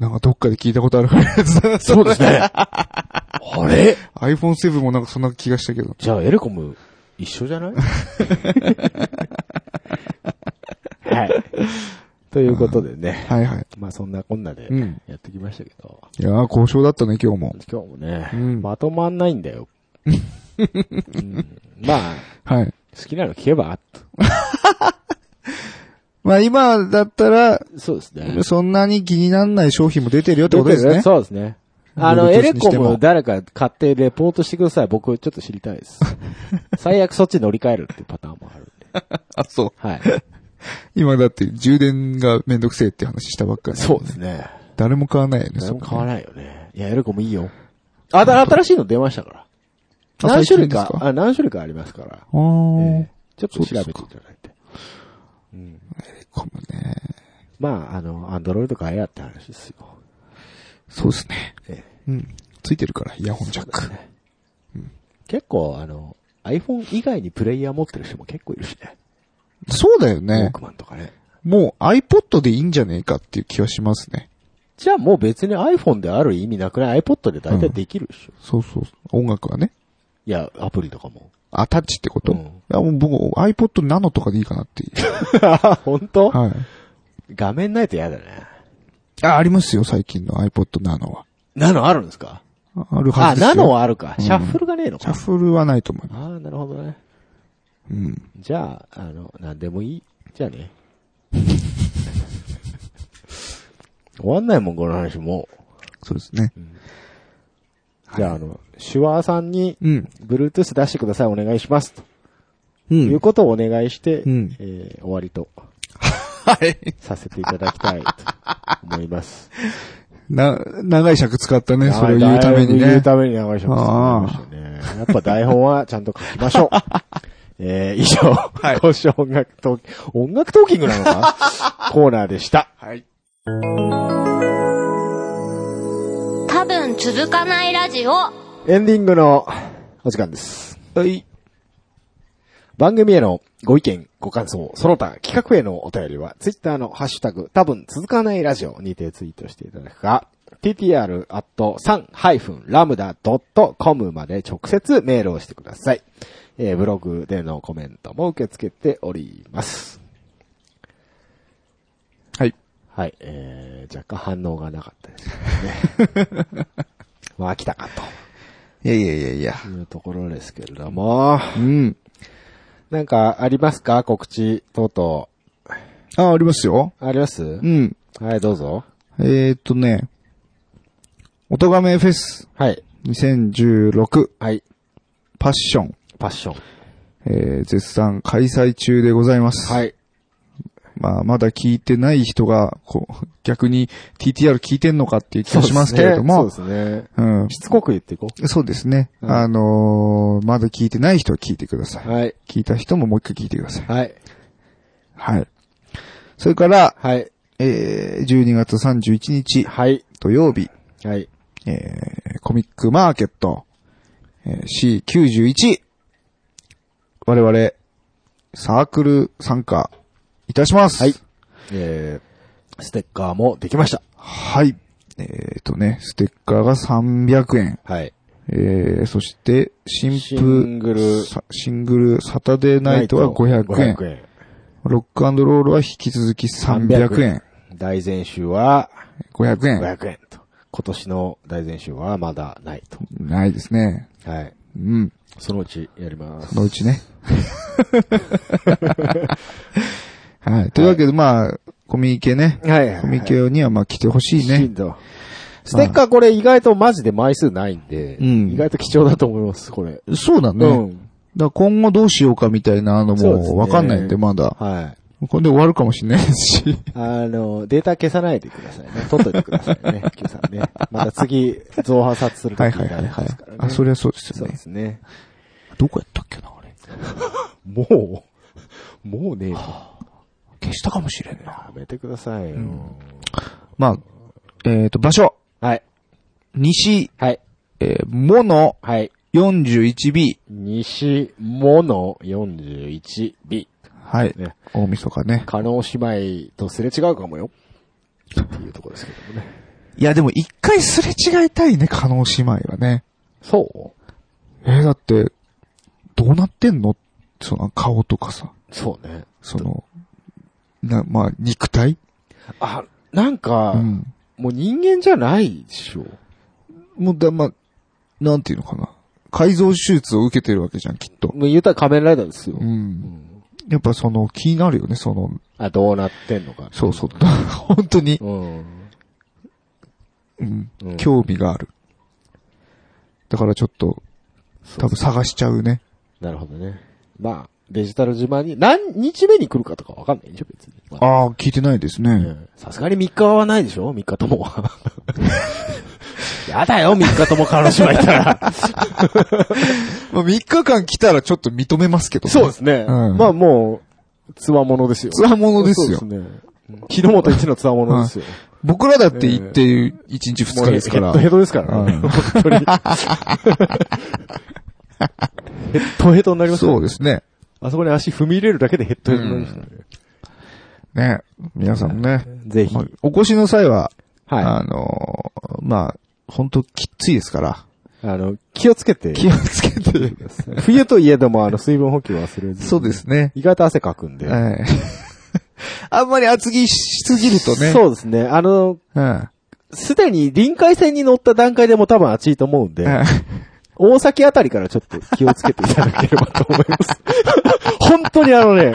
なんかどっかで聞いたことある やつだな。 そうですね。 あれ iPhone7 もなんかそんな気がしたけど。じゃあエルコム一緒 じゃないはい。ということでね。はいはい。まあそんなこんなでうんやってきましたけど。いやー、交渉だったね、今日も。今日もね、うんまとまんないんだよ。うんまあ、はい。好きなの聞けば、まあ今だったら、そうですね。そんなに気にならない商品も出てるよってことですね。そうですね。あの、 Bluetooth エレコにしてもム誰か買ってレポートしてください。僕ちょっと知りたい です。最悪そっち乗り換えるっていうパターンもあるんで。あ、そう。はい。今だって充電がめんどくせえって話したばっかり。そうですね。誰も買わないよね、誰も買そわこねないよね。いや、エレコムいいよ。あ、だ新しいの出ましたから。あ何種類最か、近ですあ何種類かありますから。あーええちょっと調べていただいて。コムね。まあ、あの、アンドロイド買えやって話ですよ。そうですね。ええうん。ついてるから、イヤホンジャック。結構、あの、iPhone 以外にプレイヤー持ってる人も結構いるしね。そうだよウォねー。クマンとかね。もう iPod でいいんじゃねえかっていう気はしますね。じゃあもう別に iPhone である意味なくない ?iPod で大体できるでしょ。そうそう。音楽はね。いや、アプリとかも。あ、タッチってこと、うんいや、もう僕、iPod Nano とかでいいかなっていう。本当はい。画面ないと嫌だね。あ、ありますよ、最近の iPod Nano は。ナノあるんですかあるはあ、ずですよ。ナノはあるか。うんシャッフルがねえのシャッか。フルはないと思います。ああ、なるほどね。うん。じゃあ、あの、なんでもいい。じゃあ ね。終わんないもん、この話もそうですね。う。じゃあ、あの、シュワーさんに、うん。 Bluetooth 出してください、お願いします。とう。いうんことをお願いして、うんえー終わりとはい。させていただきたいと思います。な、長い尺使った ね、それを言うためにだねいぶ言う。ために長い尺使いましたね。やっぱ台本はちゃんと書きましょ う。えー、以上、今週音楽トーキング、音楽トーキングなのかコーナーでした。はい。多分続かないラジオエンディングのお時間です。はい。番組へのご意見、ご感想、その他企画へのお便りは、ツイッターのハッシュタグ、多分続かないラジオにてツイートしていただくか、ttr.3-lambda.com まで直接メールをしてください。えーブログでのコメントも受け付けております。はい。はい、えー、若干反応がなかったですね。まあ、来たかいやいやいやいや。というところですけれども、うん。なんかありますか告知、とうとあ、ありますよ。う。ありますうん。はい、どうぞ。えー、っとね。おとがめフェスはい。 2016はい。パッション、パッション。えー、絶賛開催中でございます。はい。まあ、まだ聞いてない人が、こう、逆に TTR 聞いてんのかっていう気がしますけれども、そうですね。うん。しつこく言っていこそうですね。うんあのーまだ聞いてない人は聞いてください。う。はい。聞いた人ももう一回聞いてください。はい。はい。それから、はい。えー、12月31日はい。土曜日、はい。えー、コミックマーケット、えー、C91。我々、サークル参加いたします。はい。えー、ステッカーもできました。はい。えー、とね、ステッカーが300円。はい。えー、そして、新婦、シングルさシングル、サタデーナイトは500円。 500円。ロックロールは引き続き300円。大前週は500円。 500円と。今年の大前週はまだないと。ないですね。はい。うん。そのうちやります。のうち ね。はい。というわけで、まあ、コミケね。はいはいはいコミケにはまあ来てほしいね。ね。ステッカーこれ意外とマジで枚数ないんで、うん意外と貴重だと思います、これ。そうだね。うだかん。ら今後どうしようかみたいなのそうですもわねかんないんで、まだ。はい。これで終わるかもしれないですし。あの、データ消さないでくださいね。取っといてくださいね、Q さんね。また次、増破殺する はい時はいにはないりはまいすからね。。あ、それはそうですよそうでね。すね。どこやったっけな、あれ。もう、もうねえぞ消したかもしれんな。やめてくださいよ。まあ、えっと、場所。はい。西、はい。えー、モノはい。 41B。西、モノ 41B。はいね。大晦日ね。加納姉妹とすれ違うかもよ。っていうところですけどもね。いや、でも一回すれ違いたいね、加納姉妹はね。そうえーだって、どうなってんのその顔とかさ、そうね。その、な、まあ、肉体あ、なんか、うん。もう人間じゃないでしょ。もうだ、まあ、なんていうのかな。改造手術を受けてるわけじゃん、きっと。もう言うたら仮面ライダーですよ。うん。やっぱその、気になるよね、その、あ、どうなってんのか。そう そう。本当に、うん。うん、うん興味がある。だからちょっと、多分探しちゃうね。なるほどね。まあ、デジタル島に、何日目に来るかとかわかんないでしょ、別に。まあああ、聞いてないですね。うんさすがに3日はないでしょ ?3 日ともは。やだよ、3日とも彼女がいた ら。まあ、3日間来たらちょっと認めますけど、そうですね。うんまあもう、つわものですよ。つわものですよそうですね。日の本一のつわものですよ。僕らだって行って1日2日ですから。もうヘッドヘッドですからね。うん本当に。ヘッドヘッドになりますそうね。ですね。あそこに足踏み入れるだけでヘッドヘッドになりますからね。ね。皆さんもね。ぜひまあ。お越しの際は、はあのーまあ、本当きっついですから。い。あの、気をつけて。気をつけて。冬といえども、あの、水分補給忘れず。。そうですすね。意外と汗かくんで。ええあんまり厚着しすぎるとね。う。そうですね。あの、ん。すでに臨海線に乗った段階でも多分暑いと思うんで、え大崎あたりからちょっと気をつけていただければと思います。 本当にあのね、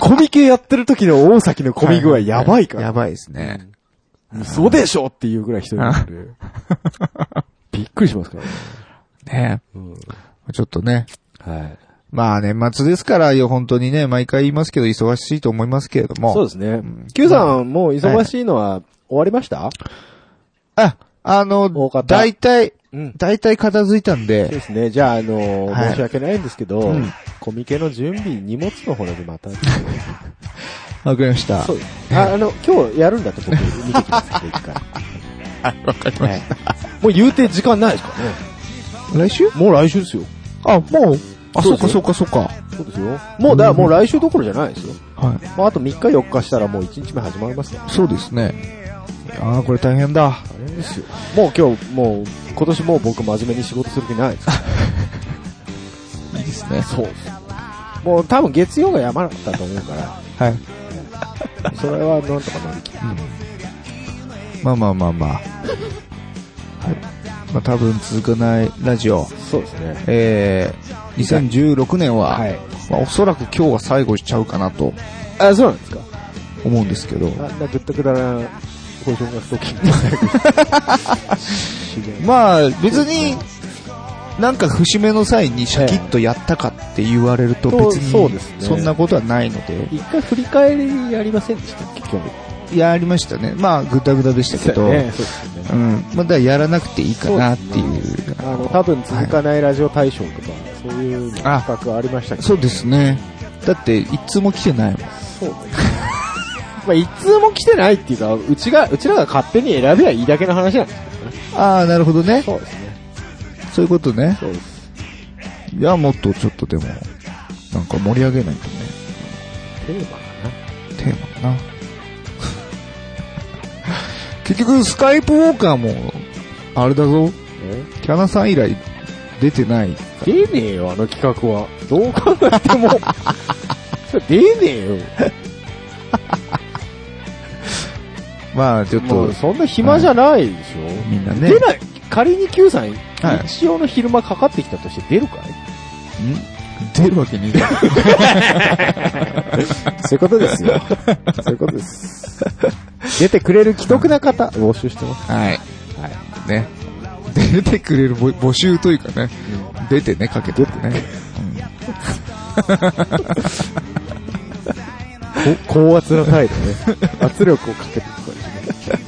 コミケやってる時の大崎のえコミ具合やばいかやら、ばいですね。そうでしょっていうぐらい人いるんで、 びっくりしますからねね。ちょっとね。はい。まあ年末ですから、いや本当にね、毎回言いますけど、忙しいと思いますけれども。そうですね。Q さん、もう忙しいのは終わりましたあ、あの大、方大体、うん。大体片付いたんそうでで、すね。じゃあ、あのーはい申し訳ないんですけど、うんコミケの準備、荷物の方でまた。わかりました。そうです。あ、あの、今日やるんだと僕見てきますんで、 一回。わかりましもう言うて時間ないですからね。た。来週もう来週ですよ。あ、もう、あ、そそううでかすそうかそうか。そうですよ。もう、だからもう来週どころじゃないですよ。はい。まあ、あと3日4日したらもう1日目始まりますから。そうですね。ああ、これ大変だ。大変ですよ。もう今日、もう、今年もう僕真面目に仕事する気ないですから。いいですね。そうです。 もう多分月曜が山だったと思うから、はい。それはなんとか乗り切る。まあまあまあ まあ。はい。まあ多分続かないラジオ。そうですね。えー、2016年は、はいまあおそらく今日が最後しちゃうかなとあ、そうなんですか。思うんですけど。あんなぐったくだな、保 証がストッキング。まあ別に、なんか節目の際にシャキッとやったかって言われるとええ別に、そうそうですねそんなことはないので、一回振り返りやりませんでしたっけ、去年。やりましたね。まあ、ぐだぐだでしたけど、ね、そうですよね。うん。まあ、だからやらなくていいかなっていう。あの、多分続かないラジオ大賞とか、そういうのあ企画ありましたけど、そうですね。だって、いつも来てないもん。そうね。まあ、一通も来てないっていうか、うちが、うちらが勝手に選べばいいだけの話なんですああ、なるほどね。そうですね。そういうことね。そうです。いや、もっとちょっとでも、なんか盛り上げないとね、テーマかテーマかな。 結局、スカイプウォーカーも、あれだぞ、な。キャナさん以来出てない。え出ねえよ、あの企画は。どう考えても。 それ出ねえよ。まあ、ちょっもとう、そんな暇じゃないでしょ。みんなね。出ない、仮に Q さん、はい日曜の昼間かかってきたとして出るかい出るわけにいかない。そういうことです よ。そういうことです。出てくれる既得な方、募集してます。はい。はい。ね。出てくれるぼ募集というかね、出てね、かけてってね。高圧の態度ね。 圧力をかけてくれる。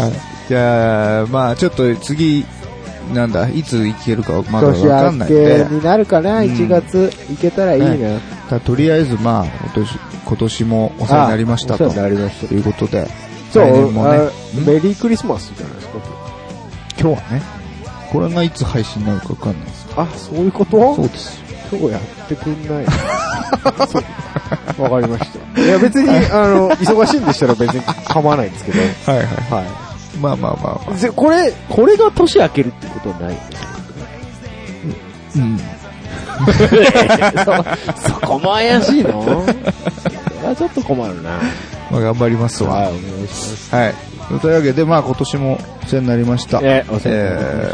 はい。じゃあ、まあ、ちょっと次、なんだ、いつ行けるかまだわ年かん明ないんでけ。になるかな、うん1月。いけたらいいな。ただとりあえず、まあ、今年、今年もお世話になりましたああと。お世話になりましたということで、そう、来年もねあうんメリークリスマスじゃないですか。今日はね、これがいつ配信になるかわかんないです。あ、そういうことそうです。今日やってくんない。そうわかりました。いや別に、あの、忙しいんでしたら別に構わないんですけど。 はいはい。はまあまあまあまあ。い。で、これ、これが年明けるってことはない。 うん。そこも怪し いのそれはちょっと困るな。まあ、頑張りますわ。い、お願いします。はい。というわけで、まあ、今年もお世話になりました。えーお世話になりまし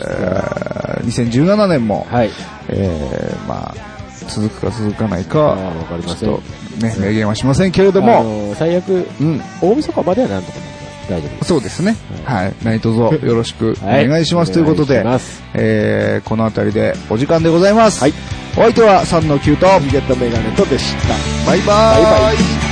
えー、2017年も、はい。えー、まあ、続くか続かないあか、わかりませちんょっ。とね、明言はしませんけれどあも、の最悪、うん、大晦日まではなんとかなる大丈夫でそうですね。はい。何卒よろし くおす。願いしますということおで願、いしますえー、この辺りでお時間でございます。はい。お相手は3の9と、ゲットメガネとでした。バイバーイ。バイバイ